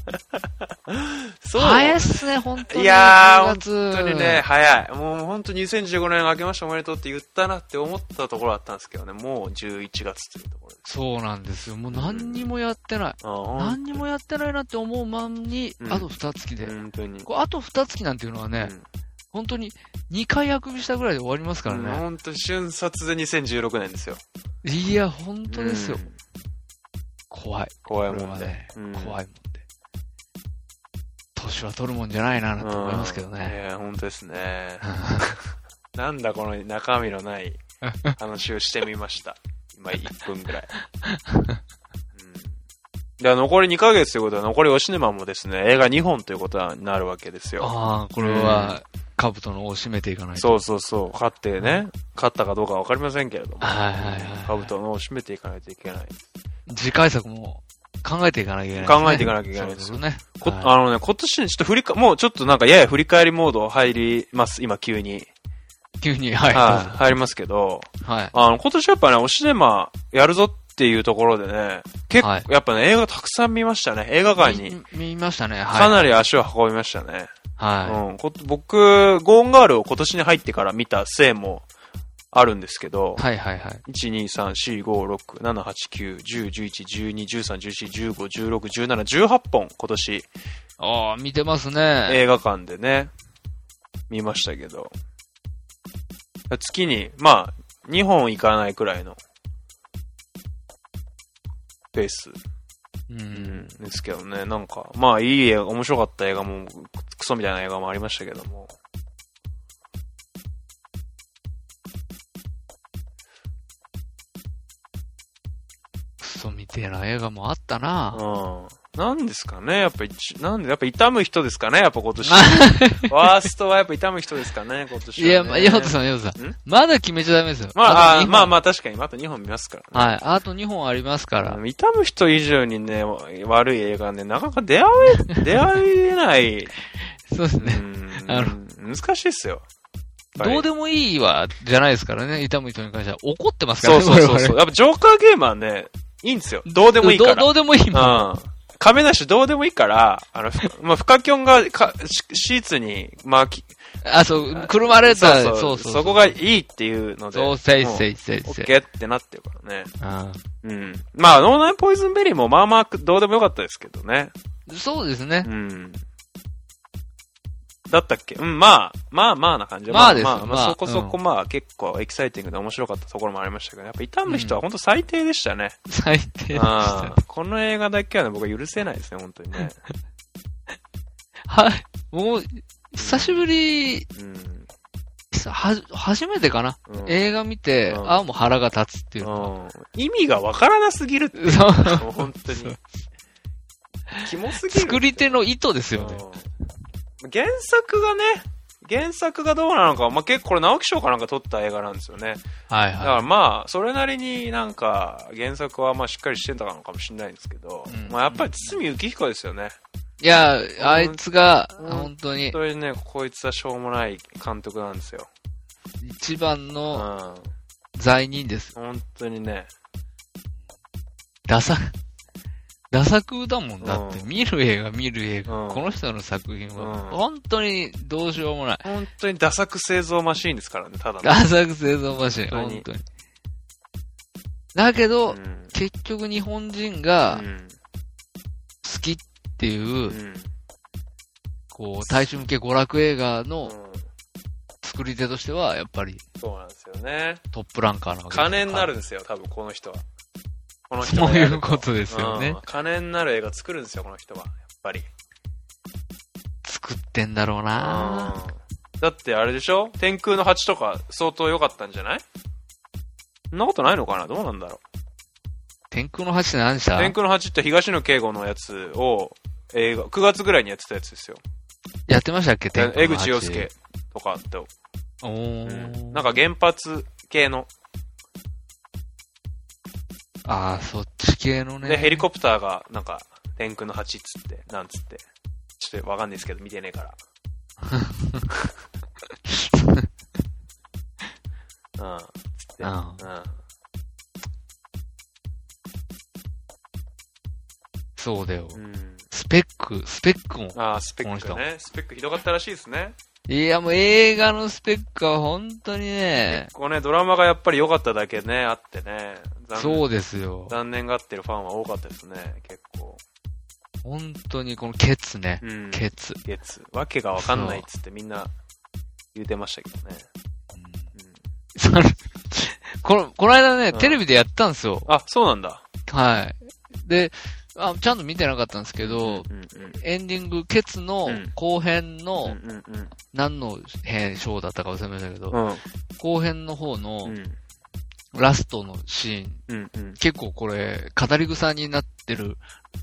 B: そう
C: 早いっすね、本当に。
B: いやー
C: 10月
B: 本当にね、。早い。もう本当に2015年明けましておめでとうって言ったなって思ったところだったんですけどね、もう11月というところです。
C: そうなんですよ。もう何にもやってない。
B: あーほん
C: 何にもやってないなって思うまんに、
B: うん
C: あと二月で。
B: 本当に。
C: こうあと二月なんていうのはね、
B: うん
C: 本当に2回あくびしたぐらいで終わりますからね。
B: 本当瞬殺で2016年ですよ。
C: いや、本当ですよ。
B: うん
C: 怖い。
B: 怖い
C: これ
B: もん
C: は
B: で。
C: ね、
B: うん
C: 怖いもんで。年は取るもんじゃないな、なんて思いますけどね。
B: うんいや、本当ですね。なんだこの中身のない話をしてみました。今1分ぐらい。うん、では残り2ヶ月ということは残りおシネマもですね、映画2本ということになるわけですよ。
C: ああ、これは、カブトの尾を締めていかないと。
B: そうそうそう、勝ってね、勝ったかどうかわかりませんけれども、
C: はいはいはい。
B: カブトのを締めていかないといけない。
C: 次回作も考えていかなきゃいけないですね、
B: 考えていかなきゃいけないです
C: そうですね。
B: こ
C: はい
B: あのね、今年ねちょっと振りか、もうちょっとなんかやや振り返りモード入ります、今急に。
C: 急に、はい。
B: はい、入りますけど、
C: はい。
B: あの、今年やっぱね、おシネマやるぞっていうところでね、結構、
C: はい
B: やっぱね、映画たくさん見ましたね。映画館に。
C: 見見ましたね。はい。
B: かなり足を運びましたね。
C: は
B: うんこ。僕、ゴーンガールを今年に入ってから見たせいもあるんですけど
C: い。、はいはいはい。
B: 1、2、3、4、5、6、7、8、9、10、11、12、13、14、15、16、17、18本今年
C: ああ、見てますね。
B: 映画館でね、見ましたけど。月に、まあ、2本行かないくらいの、ペース、
C: う。
B: うんん、ですけどね。なんか、まあ、いい映画、面白かった映画も、クソみたいな映画もありましたけども。
C: クソみてえな映画もあったな。
B: うん。なんですかねやっぱ一、なんで、やっぱ痛む人ですかねやっぱ今年。ワーストはやっぱ痛む人ですかね今年
C: い
B: はね、
C: や、ま、ヨウトさん、ヨウトさん
B: ん。
C: まだ決めちゃダメですよ。
B: まあ、あー
C: と二本
B: まあまあ確かに、また2本見ますからね。
C: はい。あと2本ありますから。
B: 痛む人以上にね、 悪い映画ね、なかなか出会え、出会えない。
C: そうです
B: う
C: ね。
B: ん
C: あの
B: うん難しいっすよ。
C: どう
B: で
C: でもいいわ、じゃないですからね。痛む人に関しては。怒ってますから
B: そう
C: ね。
B: そうそうそう。
C: 我
B: やっぱジョーカーゲームはね、いいんですよ。どうで
C: 々
B: もいいか
C: どうど
B: ら。
C: うでもいいもん。
B: うん。亀梨どうでもいいから、あの、ふ まあ、フカキョンがかシシーツに巻き、
C: あ、そう、くるまれ
B: そ
C: た、そうう
B: そ
C: そうう。
B: そうう。そこがいいっていうので。
C: そう、せいせいせい
B: オ
C: せ
B: ッ
C: い。
B: ケーってなってるからね。
C: あ
B: うん。まあ、ノーナインポイズンベリーもまあまあ、どうでもよかったですけどね。
C: あそうですね
B: う。ん。だったっけうん、まあ、まあまあな感じ
C: まあです
B: まあ、ま
C: ま
B: あ、
C: あ
B: そこそこまあ、結構エキサイティングで面白かったところもありましたけど、やっぱ痛む人は
C: う
B: 本当最低でしたね。
C: 最低でし
B: あ
C: た。
B: あこの映画だけはね、僕は許せないですね、本当にね。
C: はい。もう、久しぶり、
B: うん。
C: はじ、初めてかな。
B: うん
C: 映画見て、
B: うん
C: ああ、もう腹が立つっていうの。
B: うん意味がわからなすぎるっていう
C: そう
B: かもう本当に。キモすぎる。
C: 作り手の意図ですよね。
B: うん原作がね、原作がどうなのか、まあ、結構これ直木賞かなんか撮った映画なんですよね。
C: はい
B: だか
C: は
B: らまあ、それなりになんか原作はまあしっかりしてたのかもしれないんですけど、
C: うん
B: まあやっぱり堤幸彦ですよね。
C: い。いや、あいつが、
B: うん
C: 本当に
B: そ、れにね、こいつはしょうもない監督なんですよ。
C: 一番
B: うん。
C: の
B: 本
C: 罪人です。
B: 当にね。
C: ダサ、ダサ空だもんだって。
B: う
C: 見る映画見る
B: う
C: 映
B: ん
C: 画。この人の作品
B: うん
C: は、本当にどうしようもない。
B: 本当にダサく製造マシーンですからね、ただの。
C: ダサく製造マシン、
B: 本当に
C: 本当に。だけど、
B: うん
C: 結局日本人
B: う
C: が
B: ん
C: 好きってい
B: う
C: う、
B: ん
C: こう、大衆向け娯楽映画の
B: うん
C: 作り手としては、やっぱり
B: そうなんですよね。
C: トップランカーなわけですから
B: 金になるんですよ、多分この人は。この人
C: そ
B: が
C: う
B: や
C: い
B: る
C: うことですよね
B: うん。金になる映画作るんですよ、この人は。やっぱり。
C: 作ってんだろうな
B: だってあれでしょ天空の蜂とか相当良かったんじゃないそんなことないのかなどうなんだろ
C: 天空の橋って何し
B: う
C: た
B: 天
C: い
B: 空の蜂って東野圭吾のやつを映画、9月ぐらいにやってたやつですよ。
C: やってましたっけ天
B: 江
C: 空の橋。
B: 口洋介とかと、
C: お
B: う
C: ー。
B: んなんか原発系の、
C: ああ、そっち系のね。
B: で、ヘリコプターがなんか天空の蜂っつって、なんつって。ちょっとわかんないですけど、見てねえ から。うん。つって。
C: うん
B: うん。
C: そうだよ。
B: うん
C: スペック、スペックも。
B: ああ、スペッ
C: こ
B: ク
C: の
B: ね。スペックひどかったらしいですね。
C: いや、もう映画のスペックは本当にね、
B: こうね、ドラマがやっぱり良かっただけね、あってね。残
C: そうですよ。
B: 残念がってるファンは多かったですね、結構。
C: 本当にこのケツね。
B: うん。
C: ケツ。
B: 月。わけがわかんないっつってみんな言うてましたけどね。
C: う
B: う
C: ん
B: ん、
C: そのこの、この間ね、
B: うん
C: テレビでやったんですよ。
B: あ、そうなんだ。
C: はい。で、あちゃんと見てなかったんですけど、
B: うんうん。
C: エンディング、ケツの
B: うん
C: 後編
B: うん
C: の、
B: うんうん。
C: 何の編、章だったか忘れましたけど、
B: うん
C: 後編の方
B: う
C: の
B: ん
C: ラストのシ
B: う
C: ーン、
B: んうん。
C: 結構これ、語り草になってる、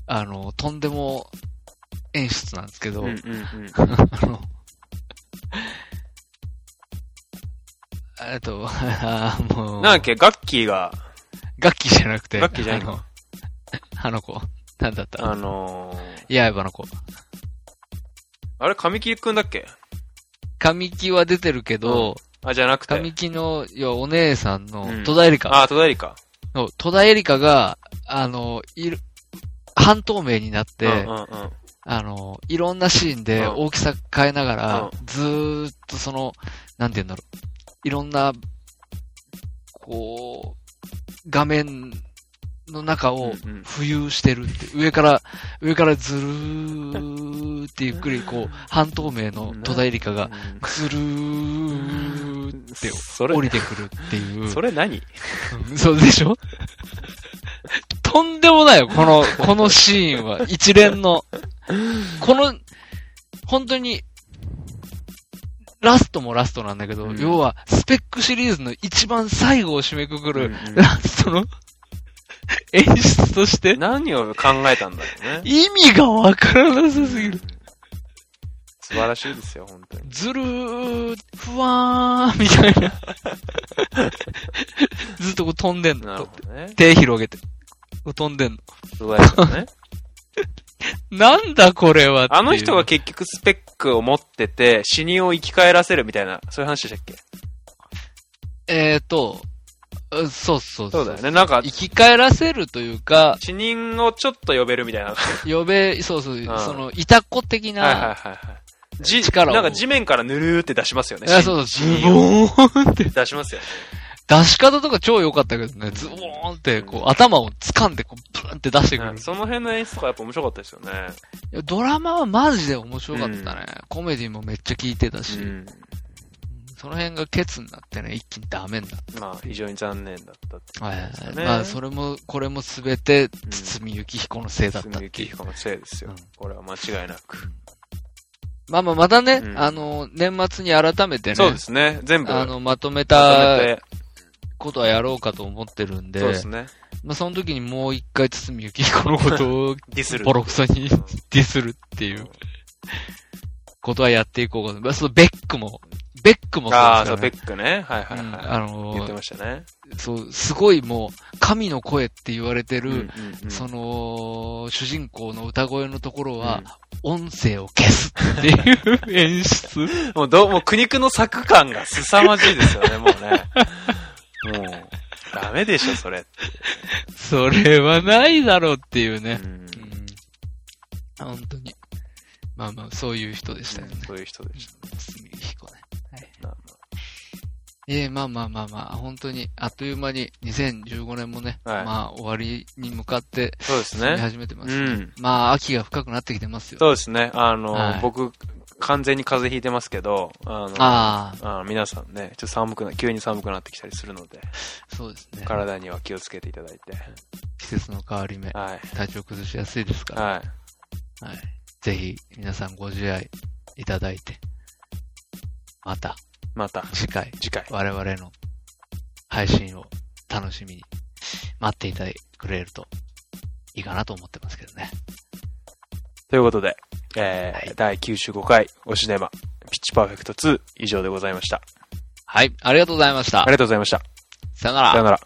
C: あの、とんでも演出なんですけど、
B: うんうんうん。
C: あの、えっと、 あーもう、
B: なんだっけ、ガッキーが、
C: 楽器じゃなくて、
B: ガッキーじゃない
C: あの、あの子、なんだった
B: あのー、
C: 刃の子。
B: あれ、神木くんだっけ
C: 神木は出てるけど、
B: あ、じゃなくて。
C: 神木の、いや、お姉さん
B: う
C: の
B: ん、
C: 戸田恵梨香
B: あ、戸田恵梨香。
C: の、戸田恵梨香が、あの、いる、半透明になって、
B: うんうんうん。
C: あの、いろんなシーンで
B: うん
C: 大きさ変えながら、
B: うん
C: ずーっとその、なんて言うんだろう。いろんな、こう、画面の中
B: う
C: を
B: んうん
C: 浮遊してるって。上から、上からずるーってゆっくり、こう、半透明の戸田恵梨香が、ずるーっ
B: で
C: て
B: それ
C: 降、りてくるっていう。
B: それ何
C: うんそうでしょとんでもないよ、この、このシーンは。一連の。この、本当に、ラストもラストなんだけど、
B: うん
C: 要は、スペックシリーズの一番最後を締めくくる、
B: うんうん
C: ラストの演出として、
B: 何を考えたんだろうね。
C: 意味がわからなさすぎる。
B: 素晴らしいですよ、本当に。
C: ずるー、ふわーん、みたいな。ずっとこう飛んでん
B: なる
C: の
B: ほ。どね。
C: 手広げて。こう飛んでんの。
B: 素晴らしいね。
C: なんだこれはっていう
B: あの人が結局スペックを持ってて、死人を生き返らせるみたいな、そういう話でしたっけ
C: えーと、うんそうそう
B: そうだよね。なんか
C: 生、き返らせるというか、
B: 死人をちょっと呼べるみたいな。はい
C: 呼べ、そうそう、
B: ん
C: その、いたこ的な、
B: はいはいはい。じ
C: 力を
B: なんか地面からぬるーって出しますよね。
C: あそうそう、ズボーンって。
B: 出しますよ。
C: 出し方とか超良かったけどね、ズボーンって、こう、頭を掴んで、こう、ブーンって出してくる。
B: うんその辺の演出とかやっぱ面白かったですよね。
C: いやドラマはマジで面白かったね。コメディもめっちゃ効いてたし、
B: うん。
C: その辺がケツになってね、一気にダメになっ
B: まあ、非常に残念だったって
C: た。はいはい
B: そう
C: は
B: で
C: い
B: すね
C: まあ、それも、これもすべて、堤幸彦のせいだったっ
B: 鈴木
C: てい
B: 紀。
C: う
B: 彦のせいですよ。
C: うん
B: これは間違いなく。
C: まあまあ、またね、
B: うん
C: あの、年末に改めてね、
B: そうですね。全部。
C: あの、まとめ
B: まと
C: た
B: めて
C: ことはやろうかと思ってるんで、
B: そうですね。
C: まあ、その時にもう一回、堤幸彦のこと を
B: ディスる。
C: ボロクソに
B: うん
C: ディスるっていうことはやっていこうかと。まあ、そのベックも、ベックもそう
B: ああ、
C: です
B: そ
C: よ
B: う、ベ
C: ね。
B: ックね。はいはい
C: うん
B: は
C: あ
B: い。言っ
C: の
B: てましたね。
C: そう、すごいもう、神の声って言われて
B: う
C: る、
B: んうん
C: その、主人公の歌声のところは、音声を消すっていう演出。
B: もうどう、もう苦肉の作感が凄まじいですよね、もうね。もう、ダメでしょ、それ。
C: それはないだろうって いうね。
B: うん
C: うん本当に。まあまあ、そういう人でしたよね。
B: そういう人でし
C: 堤彦ね。
B: た。ま
C: ええまあまあまあまあ、本当に、あっという間に2015年もね、
B: はい
C: まあ終わりに向かって
B: あそうです
C: 進み
B: ね。
C: 始めてま
B: う
C: す、
B: ん。
C: まあ、秋が深くなってきてますよ。
B: そうですね。あの、
C: はい
B: 僕、完全に風邪ひいてますけど、あの、
C: あ
B: あの皆さんね、ちょっと寒くな、急に寒くなってきたりするので、
C: あ、そうですね。
B: 体には気をつけていただいて。
C: 季節の変わり目、
B: はい。
C: 体調崩しやすいですから、
B: はい。
C: はい。ぜひ、皆さんご自愛いただいて、また
B: また、
C: 次回、
B: 次回。
C: 我々の配信を楽しみに待っていてくれるといいかなと思ってますけどね。
B: ということで、えー
C: はい
B: 第95回、おシネマ、ピッチパーフェクト2、以上でございました。
C: はい、ありがとうございました
B: あり。がとうございました。
C: さよなら
B: さよ。なら。